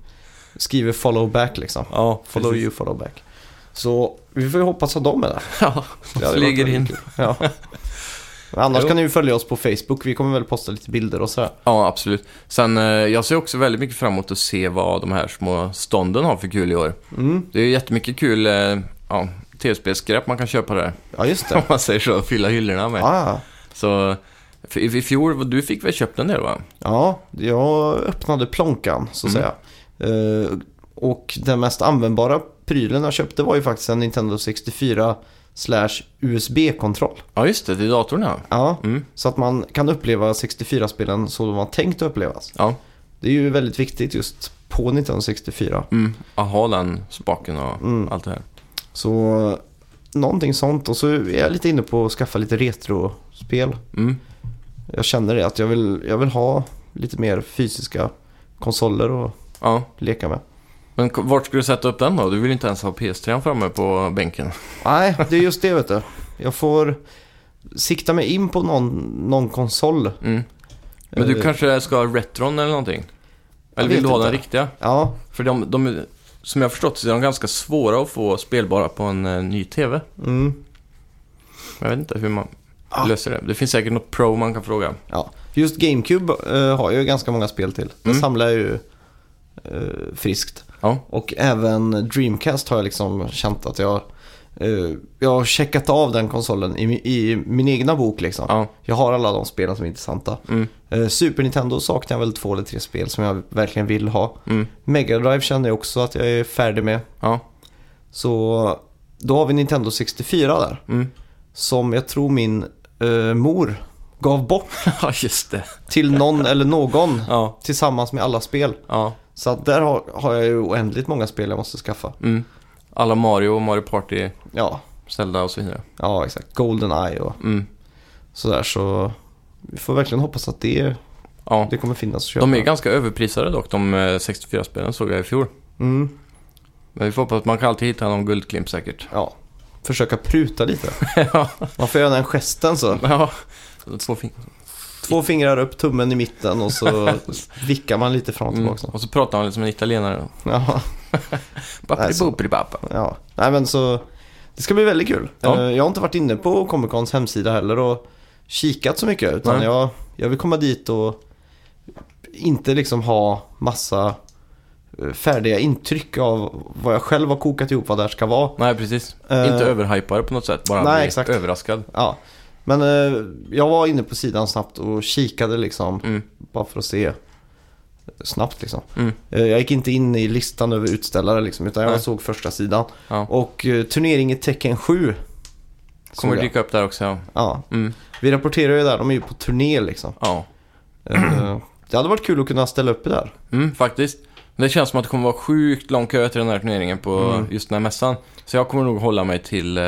[SPEAKER 1] skriver follow back liksom.
[SPEAKER 2] Ja,
[SPEAKER 1] Follow you, follow back. Så vi får ju hoppas att de är där.
[SPEAKER 2] Ja,
[SPEAKER 1] Det hade
[SPEAKER 2] flyger
[SPEAKER 1] varit
[SPEAKER 2] in.
[SPEAKER 1] väldigt kul. Ja. Men Annars
[SPEAKER 2] Jo.
[SPEAKER 1] kan ni ju följa oss på Facebook. Vi kommer väl posta lite bilder och sådär.
[SPEAKER 2] Ja, absolut. Sen, eh, jag ser också väldigt mycket fram emot att se vad de här små stånden har för kul i år.
[SPEAKER 1] Mm.
[SPEAKER 2] Det är ju jättemycket kul eh, ja, tv-spelsskräp man kan köpa där.
[SPEAKER 1] Ja, just
[SPEAKER 2] <laughs> Om
[SPEAKER 1] det.
[SPEAKER 2] man säger så, fylla hyllorna med.
[SPEAKER 1] Ah,
[SPEAKER 2] Så, för, i, i fjol, du fick väl köpt en del va?
[SPEAKER 1] ja, jag öppnade plånkan så att
[SPEAKER 2] Mm.
[SPEAKER 1] säga. Eh, och den mest användbara prylen jag köpte var ju faktiskt en Nintendo 64 slash USB-kontroll.
[SPEAKER 2] Ja, just det, till datorn ja.
[SPEAKER 1] Ja,
[SPEAKER 2] Mm.
[SPEAKER 1] så att man kan uppleva 64-spelen så de var tänkt att upplevas.
[SPEAKER 2] Ja,
[SPEAKER 1] Det är ju väldigt viktigt just på 1964.
[SPEAKER 2] mm. Att ha den spaken och
[SPEAKER 1] Mm.
[SPEAKER 2] allt det här.
[SPEAKER 1] Så eh, någonting sånt. Och så är jag lite inne på att skaffa lite retrospel.
[SPEAKER 2] Mm.
[SPEAKER 1] Jag känner det att jag vill, jag vill ha lite mer fysiska konsoler att
[SPEAKER 2] Ja.
[SPEAKER 1] leka med.
[SPEAKER 2] Men k- vart ska du sätta upp den då? Du vill ju inte ens ha PS3 framme på bänken.
[SPEAKER 1] Nej, det är just det vet du. Jag får sikta mig in på någon, någon konsol.
[SPEAKER 2] Mm. Men du
[SPEAKER 1] Eh,
[SPEAKER 2] kanske ska ha Retron eller någonting? Eller vill
[SPEAKER 1] vet
[SPEAKER 2] du ha den
[SPEAKER 1] inte.
[SPEAKER 2] riktiga?
[SPEAKER 1] Ja,
[SPEAKER 2] För de, de, som jag har förstått så är de ganska svåra att få spelbara på en eh, ny TV.
[SPEAKER 1] mm,
[SPEAKER 2] Jag vet inte hur man
[SPEAKER 1] Ah.
[SPEAKER 2] löser det. Det finns säkert något pro man kan fråga.
[SPEAKER 1] ja. Just GameCube eh, har jag ju ganska många spel till. Den
[SPEAKER 2] Mm.
[SPEAKER 1] samlar jag ju eh, friskt.
[SPEAKER 2] Ja.
[SPEAKER 1] Och även Dreamcast har jag liksom känt att jag eh, jag har checkat av den konsolen i, mi- i min egna bok liksom.
[SPEAKER 2] Ja.
[SPEAKER 1] Jag har alla de spelen som är intressanta.
[SPEAKER 2] Mm.
[SPEAKER 1] Eh, Super Nintendo saknar jag väl två eller tre spel som jag verkligen vill ha.
[SPEAKER 2] Mm.
[SPEAKER 1] Mega Drive känner jag också att jag är färdig med. <laughs>
[SPEAKER 2] Ja.
[SPEAKER 1] Så då har vi Nintendo 64 där.
[SPEAKER 2] Mm.
[SPEAKER 1] Som jag tror min eh, mor gav bort
[SPEAKER 2] Ja, just det.
[SPEAKER 1] till någon eller någon
[SPEAKER 2] <laughs> Ja. tillsammans
[SPEAKER 1] tillsammans med alla spel.
[SPEAKER 2] Ja.
[SPEAKER 1] Så att där har, har jag ju oändligt många spel jag måste skaffa.
[SPEAKER 2] Mm. Alla Mario, Mario Party,
[SPEAKER 1] Ja,
[SPEAKER 2] Zelda och så vidare.
[SPEAKER 1] ja exakt. Goldeneye och
[SPEAKER 2] Mm.
[SPEAKER 1] sådär. Så vi får verkligen hoppas att det,
[SPEAKER 2] Ja.
[SPEAKER 1] det kommer finnas att köpa.
[SPEAKER 2] De är ganska överprisade dock, de eh, 64-spelen såg jag i fjol.
[SPEAKER 1] mm,
[SPEAKER 2] Men vi får hoppas att man kan alltid hitta någon
[SPEAKER 1] <laughs>
[SPEAKER 2] guldklimp säkert.
[SPEAKER 1] ja. Försöka pruta lite.
[SPEAKER 2] <laughs> ja.
[SPEAKER 1] Man får göra den gesten så.
[SPEAKER 2] ja. Två fingrar.
[SPEAKER 1] Mm. Två fingrar upp, tummen i mitten och
[SPEAKER 2] <laughs>
[SPEAKER 1] så vickar man lite fram och
[SPEAKER 2] Mm.
[SPEAKER 1] tillbaka. så.
[SPEAKER 2] Och så pratar man lite som en italienare.
[SPEAKER 1] Ja. Nej, så-
[SPEAKER 2] Bappidi-boppidi-bappa.
[SPEAKER 1] Ja, nej men så det ska bli väldigt kul.
[SPEAKER 2] Ja.
[SPEAKER 1] Eh, Jag har inte varit inne på Comic Cons hemsida heller och kikat så mycket utan
[SPEAKER 2] Nej.
[SPEAKER 1] jag, jag vill komma dit och inte liksom ha massa eh, färdiga intryck av vad jag själv har kokat ihop vad det här ska vara.
[SPEAKER 2] Nej, precis.
[SPEAKER 1] Eh,
[SPEAKER 2] Inte överhypare på något sätt, bara
[SPEAKER 1] nej,
[SPEAKER 2] bli
[SPEAKER 1] exakt.
[SPEAKER 2] överraskad.
[SPEAKER 1] Ja. Men eh, jag var inne på sidan snabbt och kikade liksom
[SPEAKER 2] Mm.
[SPEAKER 1] bara för att se snabbt liksom.
[SPEAKER 2] Mm.
[SPEAKER 1] Eh, Jag gick inte in i listan över utställare liksom utan jag
[SPEAKER 2] Nej.
[SPEAKER 1] såg första sidan.
[SPEAKER 2] Ja.
[SPEAKER 1] Och eh, turneringen Tekken 7
[SPEAKER 2] Kommer
[SPEAKER 1] såg jag.
[SPEAKER 2] dyka upp där också. Ja.
[SPEAKER 1] Ja,
[SPEAKER 2] Mm.
[SPEAKER 1] vi rapporterar ju där, de är ju på turné liksom.
[SPEAKER 2] ja. <clears throat>
[SPEAKER 1] Eh, Det hade varit kul att kunna ställa upp där.
[SPEAKER 2] Mm, faktiskt. Men Det känns som att det kommer vara sjukt lång kö till den här turneringen på
[SPEAKER 1] Mm.
[SPEAKER 2] just den här mässan. Så jag kommer nog hålla mig till eh,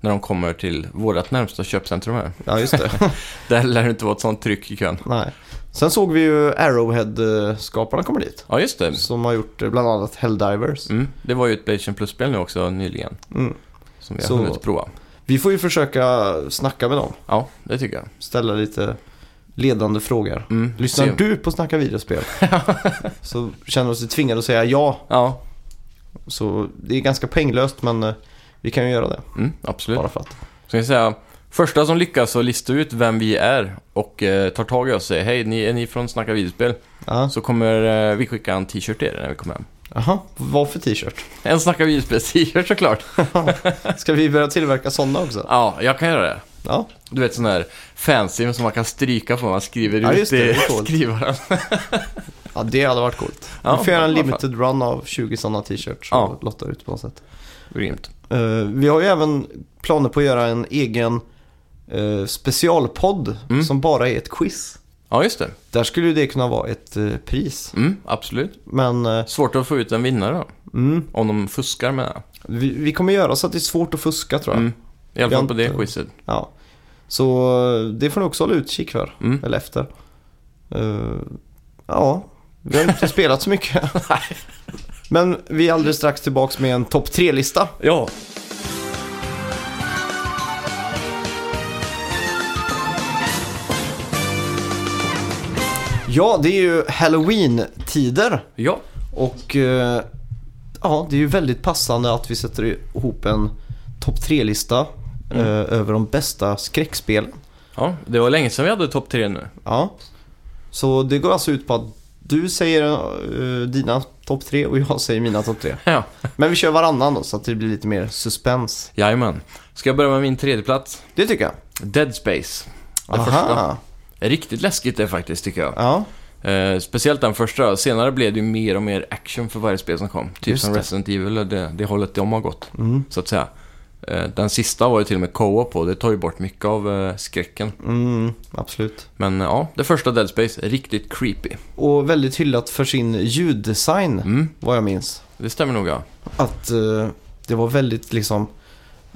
[SPEAKER 2] när de kommer till vårt närmsta köpcentrum här.
[SPEAKER 1] Ja, just det.
[SPEAKER 2] <laughs> Där lär det inte vara ett sånt tryck i kön.
[SPEAKER 1] Nej. Sen såg vi ju Arrowhead-skaparna kommer dit.
[SPEAKER 2] Ja, just det.
[SPEAKER 1] Som har gjort eh, bland annat Helldivers.
[SPEAKER 2] Mm. Det var ju ett Playstation Plus-spel nu också nyligen.
[SPEAKER 1] Mm.
[SPEAKER 2] Som vi har
[SPEAKER 1] Så-
[SPEAKER 2] hunnit prova.
[SPEAKER 1] Vi får ju försöka snacka med dem.
[SPEAKER 2] Ja, det tycker jag.
[SPEAKER 1] Ställa lite ledande frågor.
[SPEAKER 2] Mm.
[SPEAKER 1] Lyssnar
[SPEAKER 2] Se-
[SPEAKER 1] du på Snacka
[SPEAKER 2] <laughs>
[SPEAKER 1] videospel? så känner vi oss tvingade att säga ja.
[SPEAKER 2] Ja,
[SPEAKER 1] Så det är ganska penglöst men eh, vi kan ju göra det.
[SPEAKER 2] mm, absolut.
[SPEAKER 1] Bara för att.
[SPEAKER 2] Ska jag säga, första som lyckas att lista ut vem vi är och eh, tar tag i oss och säger hej, ni, är ni från Snacka videospel?
[SPEAKER 1] Ja.
[SPEAKER 2] Så kommer eh, vi skicka en t-shirt till er när vi kommer hem.
[SPEAKER 1] Jaha, vad för t-shirt?
[SPEAKER 2] En Snacka videospel-t-shirt såklart.
[SPEAKER 1] Ska vi börja tillverka sådana också?
[SPEAKER 2] Ja, jag kan göra det.
[SPEAKER 1] Ja.
[SPEAKER 2] Du vet sån här fancy som man kan stryka på, man skriver
[SPEAKER 1] Ja,
[SPEAKER 2] ut
[SPEAKER 1] just det,
[SPEAKER 2] i
[SPEAKER 1] det är coolt.
[SPEAKER 2] skrivaren.
[SPEAKER 1] Ja, det hade varit coolt.
[SPEAKER 2] Ja,
[SPEAKER 1] vi får göra en
[SPEAKER 2] i alla fall.
[SPEAKER 1] limited run av 20 sådana t-shirts
[SPEAKER 2] Ja.
[SPEAKER 1] och lotta ut på något sätt.
[SPEAKER 2] Grymt.
[SPEAKER 1] Eh, vi har ju även planer på att göra en egen eh, specialpodd
[SPEAKER 2] Mm.
[SPEAKER 1] som bara är ett quiz.
[SPEAKER 2] Ja, just det.
[SPEAKER 1] Där skulle ju det kunna vara ett eh, pris.
[SPEAKER 2] Mm, absolut.
[SPEAKER 1] Men eh,
[SPEAKER 2] Svårt att få ut en vinnare då,
[SPEAKER 1] mm,
[SPEAKER 2] om de fuskar med det.
[SPEAKER 1] vi, vi kommer göra så att det är svårt att fuska tror jag.
[SPEAKER 2] Mm. I alla
[SPEAKER 1] Vi har
[SPEAKER 2] fall på det
[SPEAKER 1] inte-
[SPEAKER 2] quizet.
[SPEAKER 1] Ja. Så eh, det får ni också hålla utkik för,
[SPEAKER 2] Mm.
[SPEAKER 1] eller efter. Eh, ja, vi har inte <laughs> spelat så
[SPEAKER 2] <laughs>
[SPEAKER 1] mycket. Men vi är alldeles strax tillbaka med en topp tre-lista.
[SPEAKER 2] Ja.
[SPEAKER 1] Ja, det är ju Halloween-tider
[SPEAKER 2] Ja.
[SPEAKER 1] och eh, ja, det är ju väldigt passande att vi sätter ihop en topp 3-lista
[SPEAKER 2] Mm.
[SPEAKER 1] eh, över de bästa skräckspelen.
[SPEAKER 2] Ja, det var länge sedan vi hade topp tre nu. <laughs>
[SPEAKER 1] Ja. Så det går alltså ut på att du säger eh, dina topp 3 och jag säger mina topp 3.
[SPEAKER 2] Ja.
[SPEAKER 1] Men vi kör varannan då så att det blir lite mer suspens.
[SPEAKER 2] Jajamän. Ska jag börja med min tredje plats?
[SPEAKER 1] Det tycker jag.
[SPEAKER 2] Dead Space. Det första.
[SPEAKER 1] Aha.
[SPEAKER 2] Riktigt läskigt det faktiskt, tycker jag.
[SPEAKER 1] Ja.
[SPEAKER 2] Eh, speciellt den första. Senare blev det ju mer och mer action för varje spel som kom. Typ
[SPEAKER 1] Just
[SPEAKER 2] som
[SPEAKER 1] det.
[SPEAKER 2] Resident Evil och det, det hållet de har gått,
[SPEAKER 1] Mm.
[SPEAKER 2] så att säga. Eh, den sista var ju till och med co-op och det tar ju bort mycket av eh, skräcken.
[SPEAKER 1] Mm, absolut.
[SPEAKER 2] Men eh, ja, det första Dead Space, riktigt creepy.
[SPEAKER 1] Och väldigt hyllat för sin ljuddesign,
[SPEAKER 2] Mm,
[SPEAKER 1] vad jag minns.
[SPEAKER 2] det stämmer nog ja.
[SPEAKER 1] Att eh, det var väldigt liksom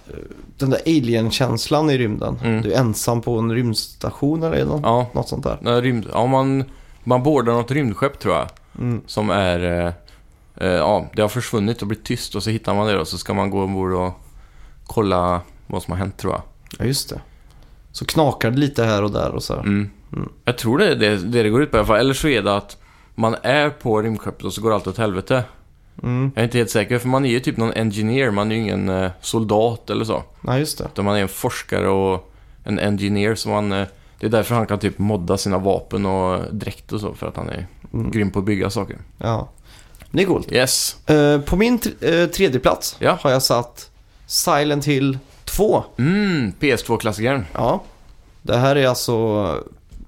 [SPEAKER 1] eh, den där alien-känslan i rymden.
[SPEAKER 2] Mm.
[SPEAKER 1] Du är ensam på en rymdstation eller något,
[SPEAKER 2] Ja,
[SPEAKER 1] något sånt där.
[SPEAKER 2] när rymd, ja man, man boardar något rymdskepp tror jag.
[SPEAKER 1] Mm.
[SPEAKER 2] Som är... Eh, eh, ja, det har försvunnit och blivit tyst och så hittar man det och så ska man gå ombord och kolla vad som har hänt tror jag.
[SPEAKER 1] Ja, just det. Så knakar det lite här och där och så. här.
[SPEAKER 2] Mm.
[SPEAKER 1] Mm.
[SPEAKER 2] Jag tror det är det, det det går ut på i alla fall. Eller så är det att man är på rymdskeppet och så går allt åt helvete.
[SPEAKER 1] Mm.
[SPEAKER 2] Jag är inte helt säker, för man är ju typ någon engineer, man är ju ingen eh, soldat eller så.
[SPEAKER 1] Ja, just det.
[SPEAKER 2] Utan man är en forskare och en engineer som man... eh, Det är därför han kan typ modda sina vapen och dräkt och så, för att han är
[SPEAKER 1] Mm.
[SPEAKER 2] grym på att bygga saker.
[SPEAKER 1] Ja. Det är coolt.
[SPEAKER 2] Yes.
[SPEAKER 1] Eh, på min tr- eh, tredje plats
[SPEAKER 2] Ja.
[SPEAKER 1] har jag satt Silent Hill 2.
[SPEAKER 2] Mm, PS2-klassikern.
[SPEAKER 1] Ja. Det här är alltså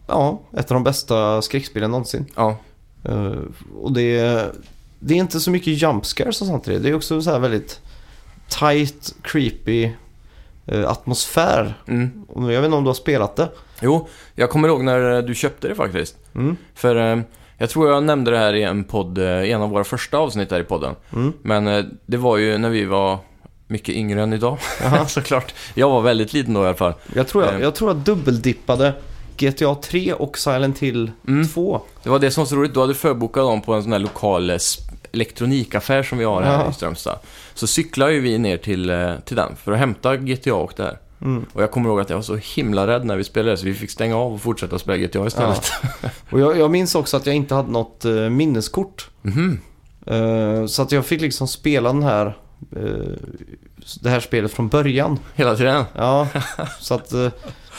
[SPEAKER 1] ja, ett av de bästa skräckspelen någonsin.
[SPEAKER 2] Ja.
[SPEAKER 1] Eh, och det är, det är inte så mycket jumpscares och sånt i det. Det är också så här väldigt tight, creepy eh, atmosfär.
[SPEAKER 2] Mm.
[SPEAKER 1] Och Jag vet inte om du har spelat det?
[SPEAKER 2] Jo, jag kommer ihåg när eh, du köpte det faktiskt.
[SPEAKER 1] Mm.
[SPEAKER 2] För eh, jag tror jag nämnde det här i en podd, eh, i en av våra första avsnitt där i podden.
[SPEAKER 1] Mm.
[SPEAKER 2] Men eh, det var ju när vi var mycket yngre
[SPEAKER 1] <laughs>
[SPEAKER 2] än idag, <laughs> såklart. Jag var väldigt liten då i alla fall.
[SPEAKER 1] Jag tror jag,
[SPEAKER 2] Eh.
[SPEAKER 1] jag, tror jag dubbeldippade GTA 3 och Silent Hill
[SPEAKER 2] Mm.
[SPEAKER 1] 2.
[SPEAKER 2] Det var det som var så roligt, du hade förbokat dem på en sån här lokal eh, sp- elektronikaffär som vi har här
[SPEAKER 1] Ja.
[SPEAKER 2] i Strömstad. Så cyklade ju vi ner till, eh, till den för att hämta GTA och det här.
[SPEAKER 1] Mm.
[SPEAKER 2] Och jag kommer ihåg att jag var så himla rädd när vi spelade så vi fick stänga av och fortsätta spela GTA istället.
[SPEAKER 1] Och jag, jag minns också att jag inte hade något eh, minneskort.
[SPEAKER 2] Mhm.
[SPEAKER 1] Eh, så att jag fick liksom spela den här, eh, det här spelet från början.
[SPEAKER 2] <laughs> Hela tiden. <laughs>
[SPEAKER 1] Ja, så att, eh,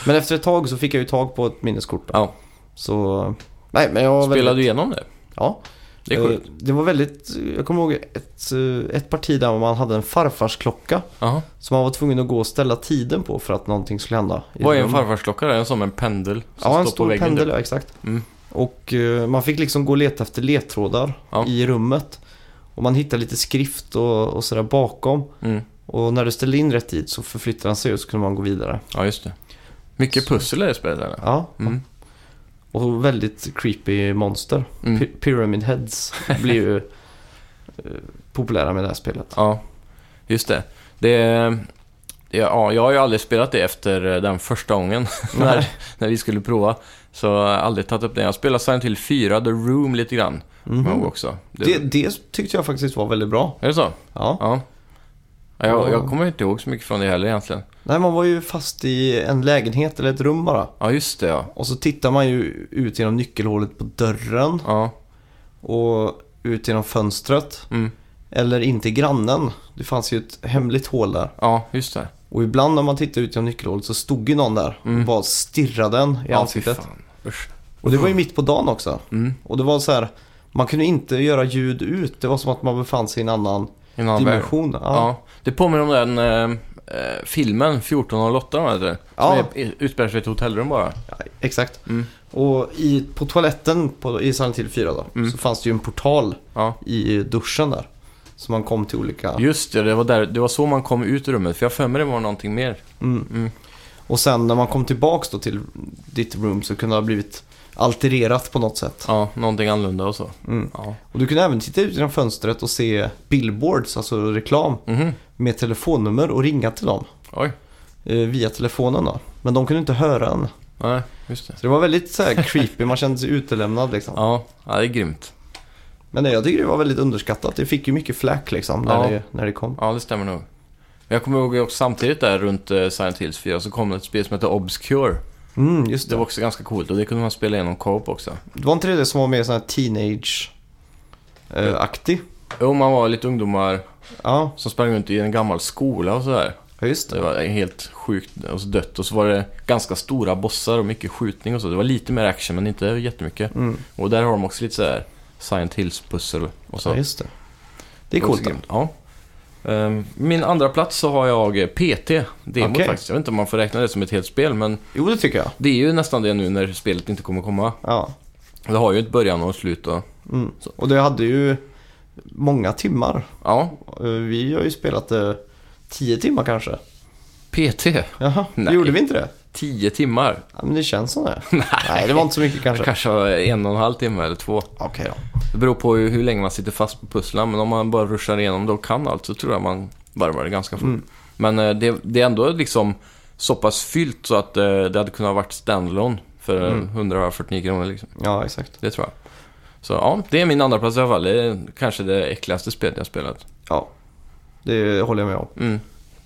[SPEAKER 1] men efter ett tag så fick jag ju tag på ett minneskort. Då.
[SPEAKER 2] Ja.
[SPEAKER 1] Så, nej men jag var
[SPEAKER 2] Spelade du
[SPEAKER 1] väldigt,
[SPEAKER 2] igenom det?
[SPEAKER 1] Ja.
[SPEAKER 2] Det är
[SPEAKER 1] Eh,
[SPEAKER 2] sjukt.
[SPEAKER 1] det var väldigt, jag kommer ihåg ett, eh, ett parti där man hade en farfarsklocka.
[SPEAKER 2] Jaha.
[SPEAKER 1] Som man var tvungen att gå och ställa tiden på för att någonting skulle hända. i
[SPEAKER 2] Vad är en
[SPEAKER 1] rummet.
[SPEAKER 2] farfarsklocka? Det är som en pendel som
[SPEAKER 1] Ja, en
[SPEAKER 2] står på
[SPEAKER 1] stor
[SPEAKER 2] väggen.
[SPEAKER 1] pendel,
[SPEAKER 2] typ.
[SPEAKER 1] ja exakt.
[SPEAKER 2] Mm.
[SPEAKER 1] Och eh, man fick liksom gå och leta efter ledtrådar
[SPEAKER 2] Ja.
[SPEAKER 1] i rummet. Och man hittade lite skrift och, och sådär bakom.
[SPEAKER 2] Mm.
[SPEAKER 1] Och när du ställde in rätt tid så förflyttade han sig och så kunde man gå vidare.
[SPEAKER 2] Ja, just det. Mycket pussel är det spelet eller?
[SPEAKER 1] Ja,
[SPEAKER 2] Mm.
[SPEAKER 1] och väldigt creepy monster.
[SPEAKER 2] Mm.
[SPEAKER 1] Py- Pyramid Heads blir
[SPEAKER 2] <laughs>
[SPEAKER 1] ju eh, populära med det här spelet.
[SPEAKER 2] Ja, just det. det ja, jag har ju aldrig spelat det efter eh, den första gången <laughs> när, när vi skulle prova. Så jag har aldrig tagit upp det. Jag spelade Silent Hill 4, The Room, lite grann.
[SPEAKER 1] Mhm.
[SPEAKER 2] Mm. också. Det,
[SPEAKER 1] Det, det tyckte jag faktiskt var väldigt bra.
[SPEAKER 2] Är det så?
[SPEAKER 1] Ja.
[SPEAKER 2] Ja. ja jag,
[SPEAKER 1] Ja.
[SPEAKER 2] jag kommer inte ihåg så mycket från det heller egentligen.
[SPEAKER 1] Nej, man var ju fast i en lägenhet eller ett rum bara.
[SPEAKER 2] Ja, just det ja.
[SPEAKER 1] Och så tittar man ju ut genom nyckelhålet på dörren
[SPEAKER 2] Ja,
[SPEAKER 1] och ut genom fönstret.
[SPEAKER 2] mm.
[SPEAKER 1] Eller in till grannen. Det fanns ju ett hemligt hål där.
[SPEAKER 2] ja just det.
[SPEAKER 1] Och ibland när man tittade ut genom nyckelhålet så stod ju någon där
[SPEAKER 2] Mm.
[SPEAKER 1] och bara stirrade den i
[SPEAKER 2] Ja, fy
[SPEAKER 1] ansiktet.
[SPEAKER 2] fan. Usch.
[SPEAKER 1] Och det var ju mitt på dagen också.
[SPEAKER 2] Mm.
[SPEAKER 1] Och det var så här, man kunde inte göra ljud ut. Det var som att man befann sig i en annan
[SPEAKER 2] En annan värld.
[SPEAKER 1] dimension. Ja.
[SPEAKER 2] Ja. Det påminner om den eh, eh, filmen 1408, vad heter det?
[SPEAKER 1] Ja.
[SPEAKER 2] Som är, utspelar sig i ett hotellrum bara.
[SPEAKER 1] Ja, exakt.
[SPEAKER 2] Mm.
[SPEAKER 1] Och i, på toaletten på, i Silent Hill 4 då,
[SPEAKER 2] Mm.
[SPEAKER 1] så fanns det ju en portal
[SPEAKER 2] Ja.
[SPEAKER 1] i duschen där. Så man kom till olika...
[SPEAKER 2] Just det, det var, där, det var så man kom ut ur rummet. För jag har för mig det var någonting mer.
[SPEAKER 1] Mm.
[SPEAKER 2] Mm.
[SPEAKER 1] Och sen när man kom tillbaks då till ditt room så kunde det ha blivit altererat på något sätt.
[SPEAKER 2] Ja, någonting annorlunda och så.
[SPEAKER 1] Mm.
[SPEAKER 2] Ja.
[SPEAKER 1] Och du kunde även titta ut genom fönstret och se billboards, alltså reklam,
[SPEAKER 2] Mhm.
[SPEAKER 1] med telefonnummer och ringa till dem
[SPEAKER 2] Oj.
[SPEAKER 1] eh, via telefonen då. Men de kunde inte höra en.
[SPEAKER 2] Nej, just det.
[SPEAKER 1] Så det var väldigt så här creepy, man kände sig utelämnad liksom.
[SPEAKER 2] Ja, ja det är grymt.
[SPEAKER 1] Men nej, jag tycker det var väldigt underskattat. Det fick ju mycket flack liksom när,
[SPEAKER 2] Ja.
[SPEAKER 1] det, när det kom.
[SPEAKER 2] Ja, det stämmer nog. Men jag kommer ihåg också samtidigt där runt eh, Silent Hills 4 så kom det ett spel som hette Obscure.
[SPEAKER 1] Mm, just
[SPEAKER 2] Det
[SPEAKER 1] det.
[SPEAKER 2] var också ganska coolt och det kunde man spela igenom co-op också.
[SPEAKER 1] Det var inte det som var mer sån här teenage-aktig?
[SPEAKER 2] Jo, man var lite ungdomar
[SPEAKER 1] Ja,
[SPEAKER 2] som sprang runt i en gammal skola och sådär.
[SPEAKER 1] ja, just det.
[SPEAKER 2] Det var helt sjukt och så dött. Och så var det ganska stora bossar och mycket skjutning och så. Det var lite mer action men inte jättemycket.
[SPEAKER 1] Mm.
[SPEAKER 2] Och där har de också lite så här Silent Hills-pussel och så.
[SPEAKER 1] Ja, just det. Det är
[SPEAKER 2] var
[SPEAKER 1] coolt.
[SPEAKER 2] också grymt. Ja. Ehm, Min andra plats så har jag eh, PT, demot
[SPEAKER 1] Okej.
[SPEAKER 2] faktiskt. Jag vet inte om man får räkna det som ett helt spel, men
[SPEAKER 1] Jo, det tycker jag.
[SPEAKER 2] det är ju nästan det nu när spelet inte kommer komma.
[SPEAKER 1] Ja.
[SPEAKER 2] Det har ju ett början och ett slut och...
[SPEAKER 1] Mm. Och det hade ju många timmar.
[SPEAKER 2] Ja,
[SPEAKER 1] Eh, Vi har ju spelat eh, tio timmar kanske.
[SPEAKER 2] PT.
[SPEAKER 1] Jaha,
[SPEAKER 2] Nej.
[SPEAKER 1] gjorde vi inte det?
[SPEAKER 2] 10 timmar.
[SPEAKER 1] Ja, men det känns som
[SPEAKER 2] <laughs>
[SPEAKER 1] det. Nej. det var inte så mycket kanske.
[SPEAKER 2] Kanske en och en halv timme eller två.
[SPEAKER 1] Okej då.
[SPEAKER 2] Det beror på ju hur länge man sitter fast på pusslen, men om man bara ruschar igenom det och kan allt så tror jag man varvar det ganska fort. Men eh, det, det är ändå liksom så pass fyllt så att eh, det hade kunnat varit standalone för eh, 149 kronor liksom.
[SPEAKER 1] Ja, exakt.
[SPEAKER 2] Det tror jag. Så ja, det är min andra plats i alla fall. Det är kanske det äckligaste spelet jag spelat.
[SPEAKER 1] Ja, det håller jag med om.
[SPEAKER 2] Mm.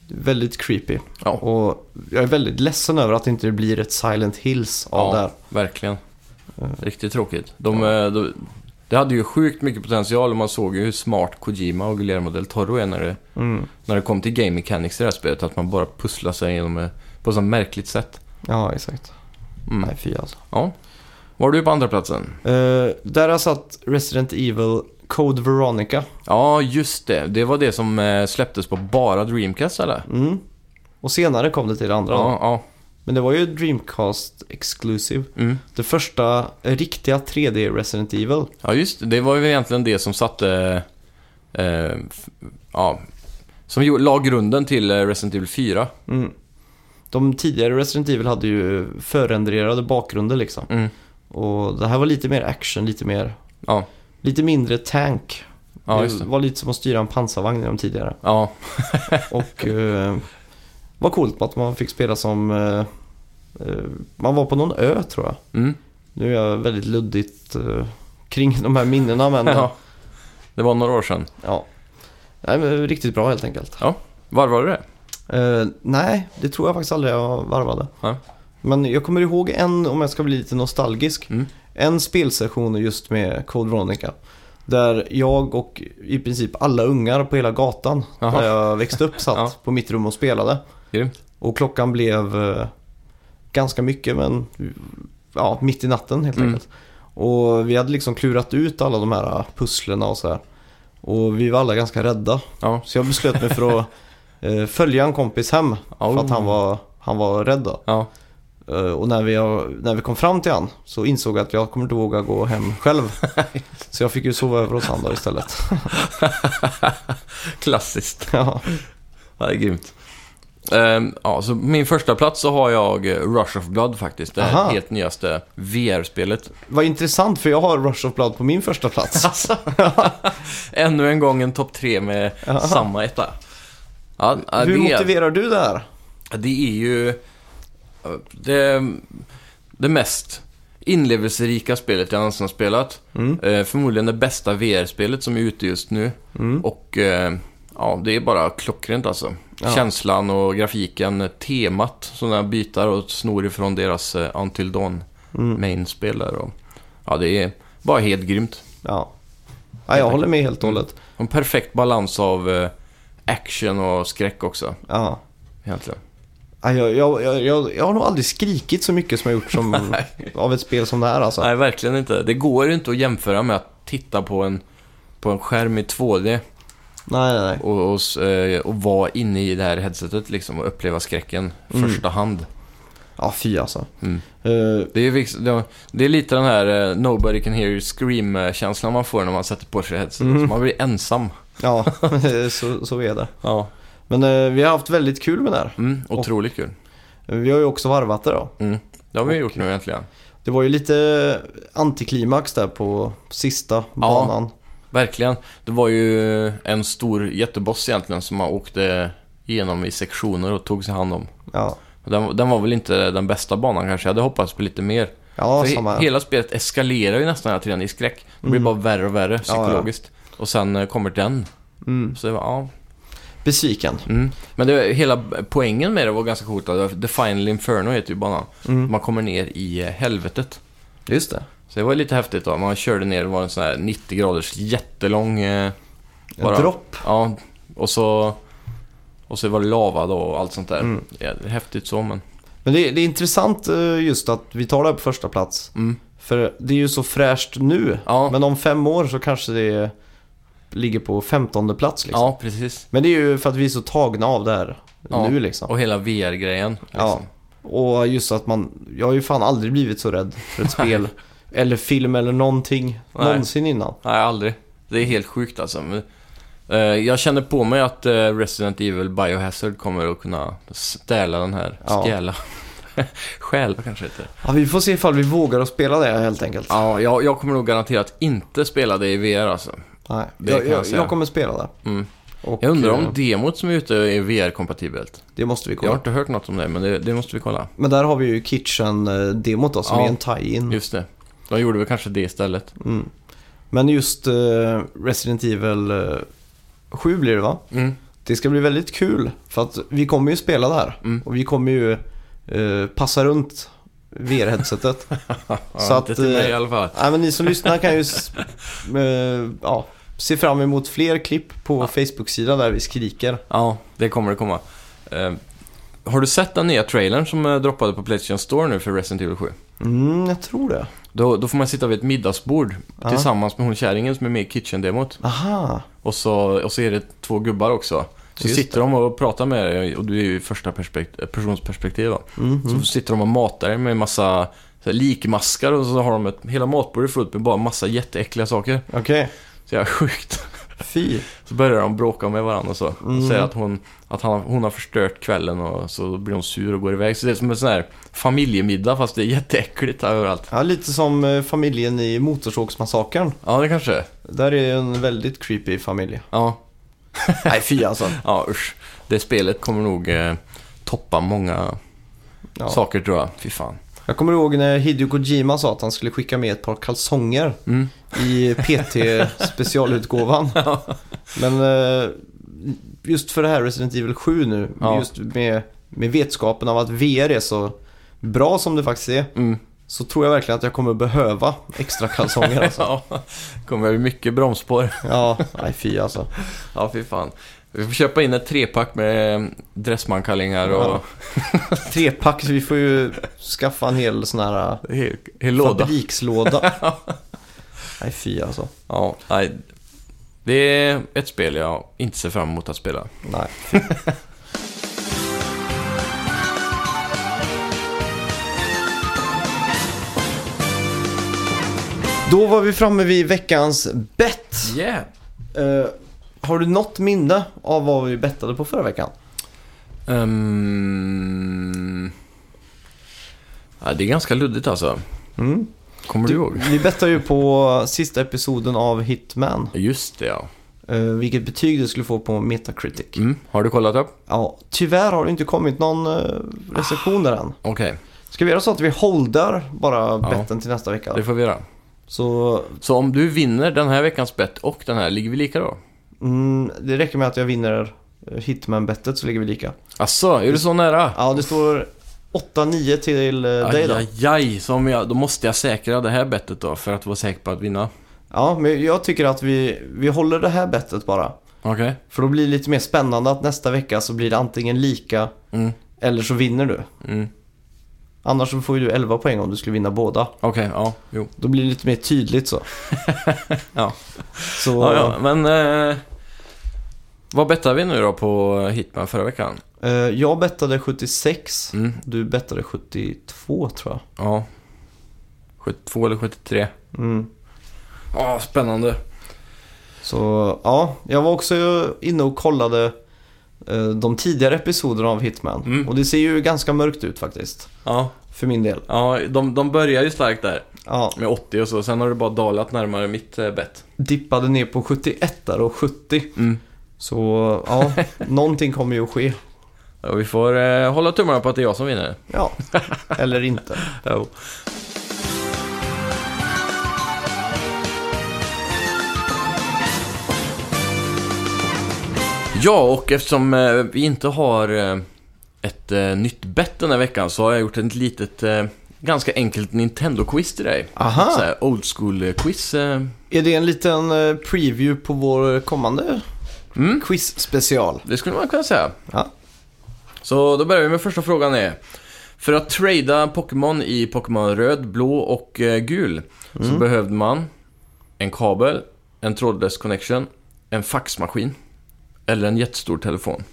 [SPEAKER 1] Väldigt creepy.
[SPEAKER 2] Ja.
[SPEAKER 1] Och jag är väldigt ledsen över att det inte blir ett Silent Hills av det här.
[SPEAKER 2] verkligen. Riktigt tråkigt. De, eh, de, det hade ju sjukt mycket potential och man såg ju hur smart Kojima och Guillermo del Toro är när det,
[SPEAKER 1] Mm.
[SPEAKER 2] när det kom till game mechanics i det här spelet. Att man bara pusslar sig igenom eh, på ett sånt märkligt sätt.
[SPEAKER 1] Ja, exakt.
[SPEAKER 2] Mm.
[SPEAKER 1] Nej, fy alltså.
[SPEAKER 2] Ja. Var du på andra platsen?
[SPEAKER 1] Eh, där har jag satt Resident Evil Code Veronica.
[SPEAKER 2] Ja, just det. Det var det som eh, släpptes på bara Dreamcast eller?
[SPEAKER 1] Mm. Och senare kom det till det andra. då.
[SPEAKER 2] Ja, ja.
[SPEAKER 1] Men det var ju Dreamcast Exclusive.
[SPEAKER 2] Mm.
[SPEAKER 1] Det första riktiga 3D Resident Evil.
[SPEAKER 2] ja, just det. Det var ju egentligen det som satte... Eh, f- ja. Som gjo- la grunden till eh, Resident Evil 4.
[SPEAKER 1] Mm. De tidigare Resident Evil hade ju förändrade bakgrunder liksom.
[SPEAKER 2] Mm.
[SPEAKER 1] Och det här var lite mer action, lite mer...
[SPEAKER 2] Ja.
[SPEAKER 1] Lite mindre tank.
[SPEAKER 2] Ja, just
[SPEAKER 1] det
[SPEAKER 2] det.
[SPEAKER 1] var lite som att styra en pansarvagn i de tidigare.
[SPEAKER 2] Ja, <laughs>
[SPEAKER 1] Och eh, var coolt att man fick spela som... Eh, eh, man var på någon ö tror jag.
[SPEAKER 2] mm.
[SPEAKER 1] Nu är jag väldigt luddigt eh, kring de här minnena men... ja.
[SPEAKER 2] <laughs> ja. Det var några år sedan.
[SPEAKER 1] Nej, men riktigt bra helt enkelt.
[SPEAKER 2] Varvade du det?
[SPEAKER 1] Eh, nej, det tror jag faktiskt aldrig jag varvade.
[SPEAKER 2] Ja.
[SPEAKER 1] Men jag kommer ihåg en, om jag ska bli lite nostalgisk,
[SPEAKER 2] Mm.
[SPEAKER 1] en spelsession just med Code Veronica. Där jag och i princip alla ungar på hela gatan
[SPEAKER 2] Jaha.
[SPEAKER 1] där jag växte upp satt
[SPEAKER 2] Ja.
[SPEAKER 1] på mitt rum och spelade.
[SPEAKER 2] Grymt.
[SPEAKER 1] Och klockan blev eh, ganska mycket, men ja, mitt i natten helt
[SPEAKER 2] Mm.
[SPEAKER 1] enkelt. Och vi hade liksom klurat ut alla de här eh, pusslerna och så här. Och vi var alla ganska rädda.
[SPEAKER 2] Ja.
[SPEAKER 1] Så jag beslöt mig för
[SPEAKER 2] <laughs>
[SPEAKER 1] att eh, följa en kompis hem. För att
[SPEAKER 2] Oh.
[SPEAKER 1] han var, han var rädd då.
[SPEAKER 2] Ja.
[SPEAKER 1] Eh, och när vi, när vi kom fram till han så insåg jag att jag kommer inte våga gå hem själv.
[SPEAKER 2] <laughs>
[SPEAKER 1] så jag fick ju sova över hos han då istället. <laughs>
[SPEAKER 2] Klassiskt.
[SPEAKER 1] ja.
[SPEAKER 2] Ja, det är grymt. Ehm, ja, så min första plats så har jag eh, Rush of Blood faktiskt. Det här
[SPEAKER 1] Aha.
[SPEAKER 2] helt nyaste
[SPEAKER 1] <laughs>
[SPEAKER 2] VR-spelet.
[SPEAKER 1] Vad intressant för jag har Rush of Blood på min första plats.
[SPEAKER 2] Alltså. Ännu en gång en topp tre med
[SPEAKER 1] Aha.
[SPEAKER 2] samma etta. Ja, <laughs> ja,
[SPEAKER 1] Hur
[SPEAKER 2] det, är,
[SPEAKER 1] motiverar du det här?
[SPEAKER 2] det är ju eh, det, det mest inlevelserika spelet jag någonsin har spelat.
[SPEAKER 1] Mm.
[SPEAKER 2] Eh, förmodligen det bästa VR-spelet som är ute just nu.
[SPEAKER 1] Mm.
[SPEAKER 2] Och eh, ja, det är bara klockrent alltså.
[SPEAKER 1] Ja.
[SPEAKER 2] Känslan och grafiken, temat, sådana bitar och snor ifrån deras eh, Until Dawn
[SPEAKER 1] Mm.
[SPEAKER 2] main-spel där. Och, ja, det är bara helt grymt.
[SPEAKER 1] Ja. ja, jag håller med helt och hållet.
[SPEAKER 2] En perfekt balans av eh, action och skräck också,
[SPEAKER 1] Ja.
[SPEAKER 2] egentligen.
[SPEAKER 1] Ja, Jag, jag, jag, jag, jag har nog aldrig skrikit så mycket som jag gjort som,
[SPEAKER 2] <laughs> Nej.
[SPEAKER 1] av ett spel som det här alltså.
[SPEAKER 2] Nej, verkligen inte. Det går inte att jämföra med att titta på en, på en skärm i 2D
[SPEAKER 1] Nej, nej, nej.
[SPEAKER 2] och, och, s- eh, och vara inne i det här headsetet liksom och uppleva skräcken
[SPEAKER 1] Mm.
[SPEAKER 2] första hand.
[SPEAKER 1] Ja, fy alltså.
[SPEAKER 2] Mm.
[SPEAKER 1] Eh,
[SPEAKER 2] Det är, vix- det- det är lite den här eh, “Nobody can hear you scream”-känslan man får när man sätter på sig headset.
[SPEAKER 1] Mm.
[SPEAKER 2] Så man blir ensam. <laughs>
[SPEAKER 1] ja, <laughs> så, så är det.
[SPEAKER 2] Ja.
[SPEAKER 1] Men eh, vi har haft väldigt kul med det här.
[SPEAKER 2] Mm, otroligt kul.
[SPEAKER 1] Vi har ju också varvat det då.
[SPEAKER 2] Mm. Det har vi
[SPEAKER 1] Och-
[SPEAKER 2] gjort nu äntligen.
[SPEAKER 1] Det var ju lite antiklimax där på sista banan.
[SPEAKER 2] Verkligen. Det var ju en stor jätteboss egentligen som man åkte igenom i sektioner och tog sig hand om.
[SPEAKER 1] Ja,
[SPEAKER 2] Och Den, den var väl inte den bästa banan kanske. Jag hade hoppats på lite mer.
[SPEAKER 1] ja
[SPEAKER 2] För he-
[SPEAKER 1] samma. här.
[SPEAKER 2] hela spelet eskalerar ju nästan hela tiden i skräck. Det blir
[SPEAKER 1] Mm.
[SPEAKER 2] bara värre och värre psykologiskt. Och sen eh, kommer den.
[SPEAKER 1] Mm.
[SPEAKER 2] Så det var, ja,
[SPEAKER 1] Besviken.
[SPEAKER 2] Mm. Men det, hela poängen med det var ganska coolt. att The Final Inferno heter ju banan.
[SPEAKER 1] Mm.
[SPEAKER 2] Man kommer ner i eh, helvetet.
[SPEAKER 1] Just det.
[SPEAKER 2] Så det var lite häftigt då. Man körde ner, det var en sån här 90 graders jättelång... Eh,
[SPEAKER 1] Bara. Dropp.
[SPEAKER 2] Ja, och så... Och så var det lava då och allt sånt där.
[SPEAKER 1] Mm.
[SPEAKER 2] Ja, det är häftigt så men...
[SPEAKER 1] Men det, det är intressant eh, just att vi tar det här på första plats.
[SPEAKER 2] Mm.
[SPEAKER 1] För det är ju så fräscht nu.
[SPEAKER 2] Ja.
[SPEAKER 1] Men om fem år så kanske det ligger på femtonde plats liksom.
[SPEAKER 2] Ja, precis.
[SPEAKER 1] Men det är ju för att vi är så tagna av det här
[SPEAKER 2] Ja.
[SPEAKER 1] nu liksom.
[SPEAKER 2] Och hela VR-grejen. Liksom.
[SPEAKER 1] Ja. Och just att man, jag har ju fan aldrig blivit så rädd för
[SPEAKER 2] <laughs>
[SPEAKER 1] ett spel eller film eller någonting
[SPEAKER 2] Nej.
[SPEAKER 1] någonsin innan.
[SPEAKER 2] Nej, aldrig. Det är helt sjukt alltså. Men, eh, jag känner på mig att eh, Resident Evil Biohazard kommer att kunna stäla den här.
[SPEAKER 1] Ja.
[SPEAKER 2] <laughs> Stjäla. Stjäla kanske inte.
[SPEAKER 1] Ja, vi får se ifall vi vågar att spela det helt enkelt.
[SPEAKER 2] Ja, jag, jag kommer nog garanterat inte spela det i VR alltså.
[SPEAKER 1] Nej,
[SPEAKER 2] det
[SPEAKER 1] jag,
[SPEAKER 2] kan jag
[SPEAKER 1] jag,
[SPEAKER 2] säga.
[SPEAKER 1] jag kommer spela det.
[SPEAKER 2] Mm.
[SPEAKER 1] Och,
[SPEAKER 2] Jag undrar
[SPEAKER 1] eh,
[SPEAKER 2] om demot som är ute är VR-kompatibelt.
[SPEAKER 1] Det måste vi
[SPEAKER 2] Jag
[SPEAKER 1] kolla.
[SPEAKER 2] har inte hört något om det, men det, det måste vi kolla.
[SPEAKER 1] Men där har vi ju Kitchen-demot då, som
[SPEAKER 2] Ja.
[SPEAKER 1] är en tie-in.
[SPEAKER 2] Just det. De gjorde väl kanske det istället.
[SPEAKER 1] Mm. Men just eh, Resident Evil eh, 7 blir det va?
[SPEAKER 2] Mm.
[SPEAKER 1] Det ska bli väldigt kul för att vi kommer ju spela där
[SPEAKER 2] Mm.
[SPEAKER 1] och vi kommer ju eh, passa runt VR-headsetet.
[SPEAKER 2] Ja,
[SPEAKER 1] Så
[SPEAKER 2] inte
[SPEAKER 1] att,
[SPEAKER 2] till mig
[SPEAKER 1] eh,
[SPEAKER 2] i alla fall.
[SPEAKER 1] Nej, men ni som lyssnar kan ju s- eh, ja, se fram emot fler klipp på Facebook-sidan där vi skriker.
[SPEAKER 2] Ja, det kommer det komma. Eh, har du sett den nya trailern som eh, droppade på Playstation Store nu för Resident Evil 7?
[SPEAKER 1] Mm, jag tror det.
[SPEAKER 2] Då, då får man sitta vid ett middagsbord
[SPEAKER 1] Ja.
[SPEAKER 2] tillsammans med hon kärringen som är med i Kitchen-demot.
[SPEAKER 1] Aha,
[SPEAKER 2] Och så, och så är det två gubbar också. Så
[SPEAKER 1] Just
[SPEAKER 2] sitter de och pratar med dig och du är ju i första perspekt- personsperspektiv då.
[SPEAKER 1] Mhm.
[SPEAKER 2] Så sitter de och matar dig med massa så här, likmaskar och så har de ett, hela matbordet fullt med bara massa jätteäckliga saker.
[SPEAKER 1] okej.
[SPEAKER 2] Så jävla sjukt.
[SPEAKER 1] Fy.
[SPEAKER 2] Så börjar de bråka med varandra och så. Och
[SPEAKER 1] Mm.
[SPEAKER 2] säger att, hon, att han, hon har förstört kvällen och så blir hon sur och går iväg. Så det är som en sån här familjemiddag fast det är jätteäckligt överallt.
[SPEAKER 1] Ja, lite som eh, familjen i Motorsågsmassakern.
[SPEAKER 2] Ja, det kanske är.
[SPEAKER 1] Där är ju en väldigt creepy familj.
[SPEAKER 2] Ja,
[SPEAKER 1] Nej, fy alltså.
[SPEAKER 2] ja usch. Det spelet kommer nog eh, toppa många
[SPEAKER 1] Ja.
[SPEAKER 2] saker tror jag. Fy fan.
[SPEAKER 1] Jag kommer ihåg när Hideo Kojima sa att han skulle skicka med ett par kalsonger
[SPEAKER 2] Mm.
[SPEAKER 1] i
[SPEAKER 2] <laughs>
[SPEAKER 1] PT-specialutgåvan. Men eh, just för det här Resident Evil 7 nu,
[SPEAKER 2] Ja.
[SPEAKER 1] just med, med vetskapen av att VR är så bra som det faktiskt är,
[SPEAKER 2] Mm.
[SPEAKER 1] så tror jag verkligen att jag kommer behöva extra kalsonger.
[SPEAKER 2] <laughs>
[SPEAKER 1] Alltså.
[SPEAKER 2] Ja, kommer bli mycket bromsspår. <laughs>
[SPEAKER 1] Ja, nej fy alltså.
[SPEAKER 2] Ja, fy fan. Vi får köpa in ett trepack med eh, dressmankallingar <laughs> och
[SPEAKER 1] Trepack, så vi får ju skaffa en hel sån här eh,
[SPEAKER 2] hel, hel låda. <laughs>
[SPEAKER 1] fabrikslåda. Nej fy alltså.
[SPEAKER 2] Ja, nej. Det är ett spel jag inte ser fram emot att spela.
[SPEAKER 1] Nej. <laughs> Då var vi framme vid veckans bett.
[SPEAKER 2] Yeah!
[SPEAKER 1] Eh, har du något minne av vad vi bettade på förra veckan?
[SPEAKER 2] Um... Ja, det är ganska luddigt alltså.
[SPEAKER 1] Mm.
[SPEAKER 2] Kommer du, ihåg?
[SPEAKER 1] Vi bettade ju på sista episoden av Hitman.
[SPEAKER 2] Just det, ja.
[SPEAKER 1] eh, vilket betyg du skulle få på Metacritic.
[SPEAKER 2] Mm. Har du kollat upp?
[SPEAKER 1] Ja, tyvärr har det inte kommit någon eh, recension där än.
[SPEAKER 2] Okej,
[SPEAKER 1] Ska vi göra så att vi håller bara
[SPEAKER 2] Ja.
[SPEAKER 1] betten till nästa vecka?
[SPEAKER 2] det får vi göra.
[SPEAKER 1] Så
[SPEAKER 2] Så om du vinner den här veckans bett och den här, ligger vi lika då?
[SPEAKER 1] Mm, det räcker med att jag vinner eh, Hitman-bettet så ligger vi lika.
[SPEAKER 2] Asså, är du så nära?
[SPEAKER 1] Ja, det står 8-9 till eh, dig då.
[SPEAKER 2] Ajajaj, som jag, då måste jag säkra det här bettet då för att vara säker på att vinna.
[SPEAKER 1] Ja, men jag tycker att vi, vi håller det här bettet bara.
[SPEAKER 2] Okej.
[SPEAKER 1] För då blir det lite mer spännande att nästa vecka så blir det antingen lika
[SPEAKER 2] Mm.
[SPEAKER 1] eller så vinner du.
[SPEAKER 2] Mm.
[SPEAKER 1] Annars så får ju du 11 poäng om du skulle vinna båda.
[SPEAKER 2] Okej, ja, jo.
[SPEAKER 1] Då blir det lite mer tydligt så.
[SPEAKER 2] <laughs> Ja.
[SPEAKER 1] Så
[SPEAKER 2] Ja, ja, men... Eh, vad bettade vi nu då på Hitman förra veckan?
[SPEAKER 1] eh, jag bettade 76.
[SPEAKER 2] Mm.
[SPEAKER 1] Du bettade 72 tror jag.
[SPEAKER 2] Ja. 72 eller 73?
[SPEAKER 1] Mm.
[SPEAKER 2] Ja, spännande.
[SPEAKER 1] Så ja, jag var också inne och kollade eh, de tidigare episoderna av Hitman.
[SPEAKER 2] Mm.
[SPEAKER 1] Och det ser ju ganska mörkt ut faktiskt.
[SPEAKER 2] Ja,
[SPEAKER 1] För min del.
[SPEAKER 2] ja de, de börjar ju starkt där
[SPEAKER 1] Ja,
[SPEAKER 2] med 80 och så. Sen har det bara dalat närmare mitt eh, bett.
[SPEAKER 1] dippade ner på 71 där och 70.
[SPEAKER 2] Mm.
[SPEAKER 1] Så
[SPEAKER 2] <laughs>
[SPEAKER 1] ja, någonting kommer ju att ske.
[SPEAKER 2] Ja, vi får eh, hålla tummarna på att det är jag som vinner.
[SPEAKER 1] Ja, eller inte.
[SPEAKER 2] Jo. Ja, och eftersom eh, vi inte har eh, ett eh, nytt bett den här veckan så har jag gjort ett litet, eh, ganska enkelt Nintendo-quiz till dig. Så
[SPEAKER 1] Aha,
[SPEAKER 2] här old school-quiz. Eh.
[SPEAKER 1] är det en liten eh, preview på vår kommande
[SPEAKER 2] Mm,
[SPEAKER 1] quiz-special?
[SPEAKER 2] det skulle man kunna säga.
[SPEAKER 1] Ja.
[SPEAKER 2] Så då börjar vi med första frågan är. För att trada Pokémon i Pokémon röd, blå och eh, gul så behövde man en kabel, en trådlös connection, en faxmaskin eller en jättestor telefon.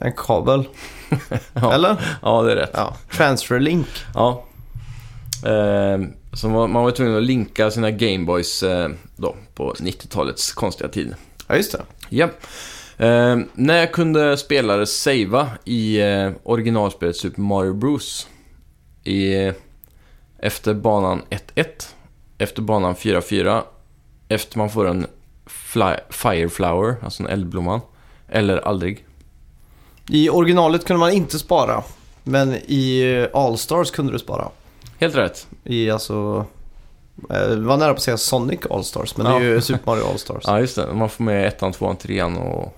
[SPEAKER 1] En kabel.
[SPEAKER 2] <laughs> Ja.
[SPEAKER 1] Eller?
[SPEAKER 2] Ja, det är rätt.
[SPEAKER 1] Ja, transferlink.
[SPEAKER 2] Ja. Eh, så man, man var tvungen att linka sina Gameboys eh, då på 90-talets konstiga tid.
[SPEAKER 1] Ja, just det.
[SPEAKER 2] Ja. Eh, när kunde spelare savea i eh, originalspelet Super Mario Bros? I, eh, efter banan 1-1, efter banan 4-4, efter man får en fly, fireflower, alltså en eldblomma, eller aldrig.
[SPEAKER 1] I originalet kunde man inte spara. Men i eh, Allstars kunde du spara.
[SPEAKER 2] Helt rätt.
[SPEAKER 1] I alltså... eh, Det var nära på att säga Sonic Allstars, men det är ju Super Mario Allstars.
[SPEAKER 2] Ja, just det. Man får med ettan, tvåan, trean och...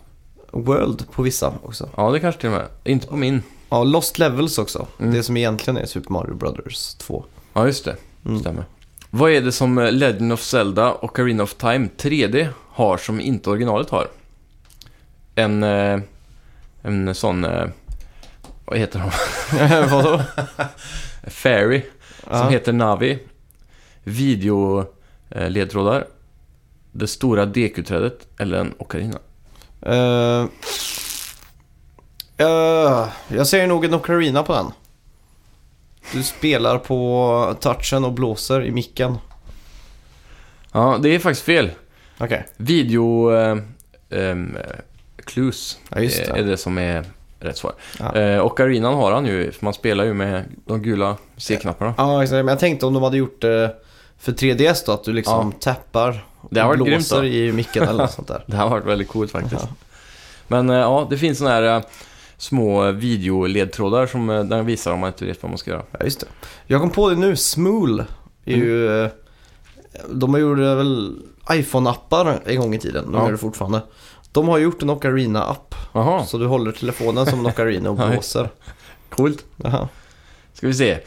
[SPEAKER 1] World på vissa också.
[SPEAKER 2] Ja, det kanske till och med. Inte på min.
[SPEAKER 1] Ja, Lost Levels också.
[SPEAKER 2] Mm.
[SPEAKER 1] Det som egentligen är Super Mario Brothers
[SPEAKER 2] <laughs>
[SPEAKER 1] 2.
[SPEAKER 2] Ja, just det.
[SPEAKER 1] Mm.
[SPEAKER 2] Stämmer. Vad är det som eh, Legend of Zelda och Arena of Time 3D har som inte originalet har? En, eh, en sån... eh, Vad heter de? <laughs>
[SPEAKER 1] Vadå?
[SPEAKER 2] Fairy, som
[SPEAKER 1] Ja.
[SPEAKER 2] heter Navi. videoledtrådar, det stora DQ-trädet eller en ocarina.
[SPEAKER 1] Eh, eh, jag säger nog en ocarina på den. Du spelar på touchen och blåser i micken.
[SPEAKER 2] Ja, det är faktiskt fel.
[SPEAKER 1] Okej,
[SPEAKER 2] Video... Eh, ehm, clues
[SPEAKER 1] ja just det.
[SPEAKER 2] är det som är rätt svar.
[SPEAKER 1] Ja.
[SPEAKER 2] Eh, och arenan har han ju, för man spelar ju med de gula C-knapparna.
[SPEAKER 1] Ja, exakt. Men jag tänkte om de hade gjort det för 3DS då, att du liksom tappar och
[SPEAKER 2] Det hade varit grymt
[SPEAKER 1] blåser
[SPEAKER 2] då.
[SPEAKER 1] i micken eller något
[SPEAKER 2] <laughs>
[SPEAKER 1] sånt där.
[SPEAKER 2] Det här har varit väldigt coolt faktiskt.
[SPEAKER 1] Ja.
[SPEAKER 2] Men eh, ja, det finns såna här eh, små videoledtrådar som eh, den visar om man inte vet vad man ska göra.
[SPEAKER 1] Ja, just det. Jag kom på det nu, Smool är
[SPEAKER 2] Mm.
[SPEAKER 1] ju... eh, De har gjort eh, väl iPhone-appar en gång i tiden, de
[SPEAKER 2] Ja.
[SPEAKER 1] gör det fortfarande. De har gjort en Ocarina-app,
[SPEAKER 2] Jaha,
[SPEAKER 1] så du håller telefonen som en Ocarina och
[SPEAKER 2] <laughs> Nej.
[SPEAKER 1] blåser.
[SPEAKER 2] coolt.
[SPEAKER 1] Jaha.
[SPEAKER 2] Ska vi se.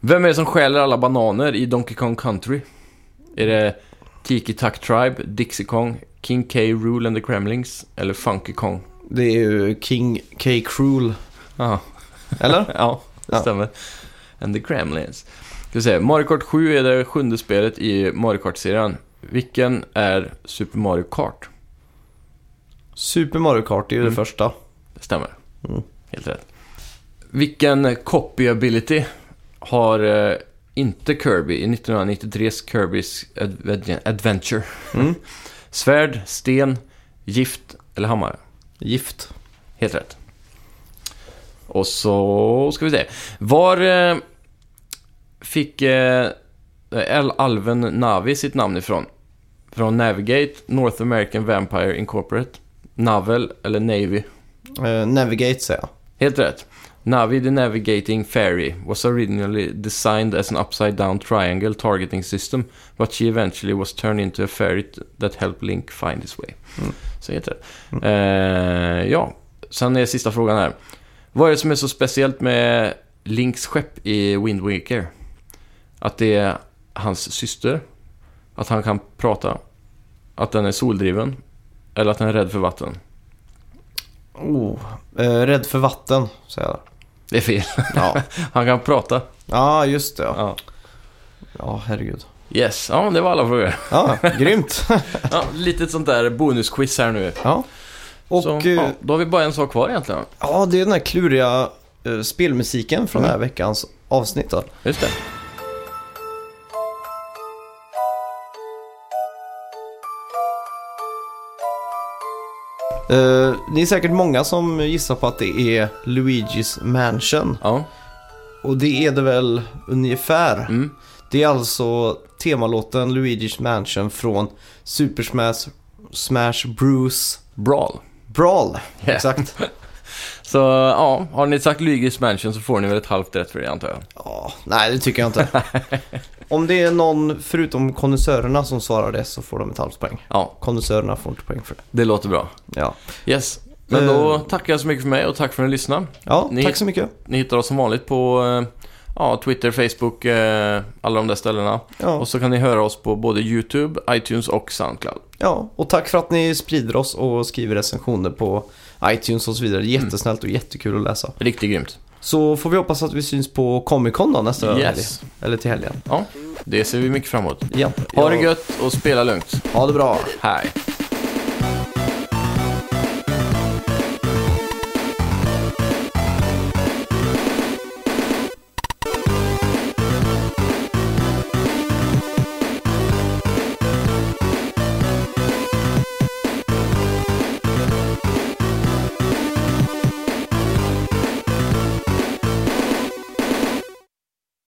[SPEAKER 2] Vem är det som stjäler alla bananer i Donkey Kong Country? Är det Tiki Tuck Tribe, Dixie Kong, King K. Rule and the Kremlings eller Funky Kong?
[SPEAKER 1] Det är ju King K. Cruel,
[SPEAKER 2] Jaha.
[SPEAKER 1] eller?
[SPEAKER 2] <laughs> Ja, det
[SPEAKER 1] Ja.
[SPEAKER 2] stämmer. And the Kremlins. Ska vi se. Mario Kart 7 är det sjunde spelet i Mario Kart-serien. Vilken är Super Mario Kart?
[SPEAKER 1] Super Mario Kart är ju
[SPEAKER 2] Mm.
[SPEAKER 1] det första.
[SPEAKER 2] Det stämmer.
[SPEAKER 1] Mm.
[SPEAKER 2] Helt rätt. Vilken copyability har eh, inte Kirby i 1993s Kirbys Adve- Adventure?
[SPEAKER 1] Mm.
[SPEAKER 2] <laughs> Svärd, sten, gift eller hammare?
[SPEAKER 1] Gift.
[SPEAKER 2] Helt rätt. Och så ska vi se. Var eh, fick eh, El- alven Navi sitt namn ifrån? Från Navigate, North American Vampire Incorporate, Navel eller Navy?
[SPEAKER 1] Eh, Navigate säger jag.
[SPEAKER 2] Helt rätt. Navi the Navigating Ferry was originally designed as an upside down triangle targeting system but she eventually was turned into a ferry t- that helped Link find his way.
[SPEAKER 1] Mm.
[SPEAKER 2] Så heter det. Eh, ja, sen är sista frågan här. Vad är det som är så speciellt med Links skepp i Wind Waker? Att det är hans syster, att han kan prata, att den är soldriven eller att den är rädd för vatten?
[SPEAKER 1] Oh. Eh, rädd för vatten, säger jag.
[SPEAKER 2] Det är fel. <laughs>
[SPEAKER 1] Ja,
[SPEAKER 2] Han kan prata.
[SPEAKER 1] ja just det. Ja,
[SPEAKER 2] Ja.
[SPEAKER 1] ja herregud.
[SPEAKER 2] Yes, ja det var alla frågor.
[SPEAKER 1] Ja, grymt.
[SPEAKER 2] <laughs> Ja, lite sånt där bonusquiz här nu.
[SPEAKER 1] Ja. Och
[SPEAKER 2] så,
[SPEAKER 1] eh,
[SPEAKER 2] ja, då har vi bara en sak kvar egentligen.
[SPEAKER 1] Ja, det är den här kluriga eh, spelmusiken från
[SPEAKER 2] Mm.
[SPEAKER 1] den här veckans avsnitt. Då.
[SPEAKER 2] Just det.
[SPEAKER 1] Eh, det är säkert många som gissar på att det är Luigi's Mansion.
[SPEAKER 2] Ja,
[SPEAKER 1] Och det är det väl ungefär.
[SPEAKER 2] mm.
[SPEAKER 1] Det är alltså temalåten Luigi's Mansion från Super Smash, Smash Bruce
[SPEAKER 2] Brawl.
[SPEAKER 1] Brawl.
[SPEAKER 2] Yeah.
[SPEAKER 1] Exakt.
[SPEAKER 2] Så ja, har ni sagt Luigi's Mansion så får ni väl ett halvt rätt för det antar jag.
[SPEAKER 1] Ja, nej, det tycker jag
[SPEAKER 2] <laughs>
[SPEAKER 1] inte. Om det är någon förutom kondensörerna som svarar det så får de ett halvt poäng.
[SPEAKER 2] Ja,
[SPEAKER 1] Kondensörerna får inte poäng för det.
[SPEAKER 2] det låter bra.
[SPEAKER 1] Ja,
[SPEAKER 2] Yes, men då
[SPEAKER 1] Eh.
[SPEAKER 2] tackar jag så mycket för mig och tack för att ni lyssnade.
[SPEAKER 1] ja
[SPEAKER 2] Ni-
[SPEAKER 1] tack så mycket.
[SPEAKER 2] Ni hittar oss som vanligt på eh, ja, Twitter, Facebook, eh, alla de där ställena.
[SPEAKER 1] Ja.
[SPEAKER 2] Och så kan ni höra oss på både YouTube, iTunes och Soundcloud.
[SPEAKER 1] Ja, och tack för att ni sprider oss och skriver recensioner på iTunes och så vidare.
[SPEAKER 2] Mm.
[SPEAKER 1] Jättesnällt och jättekul att läsa.
[SPEAKER 2] Riktigt grymt.
[SPEAKER 1] Så får vi hoppas att vi syns på Comic Con då nästa
[SPEAKER 2] Yes.
[SPEAKER 1] helg. Eller till helgen.
[SPEAKER 2] Ja, det ser vi mycket framemot.
[SPEAKER 1] Ja.
[SPEAKER 2] Ha det gött och spela lugnt.
[SPEAKER 1] Ha det bra.
[SPEAKER 2] Hej.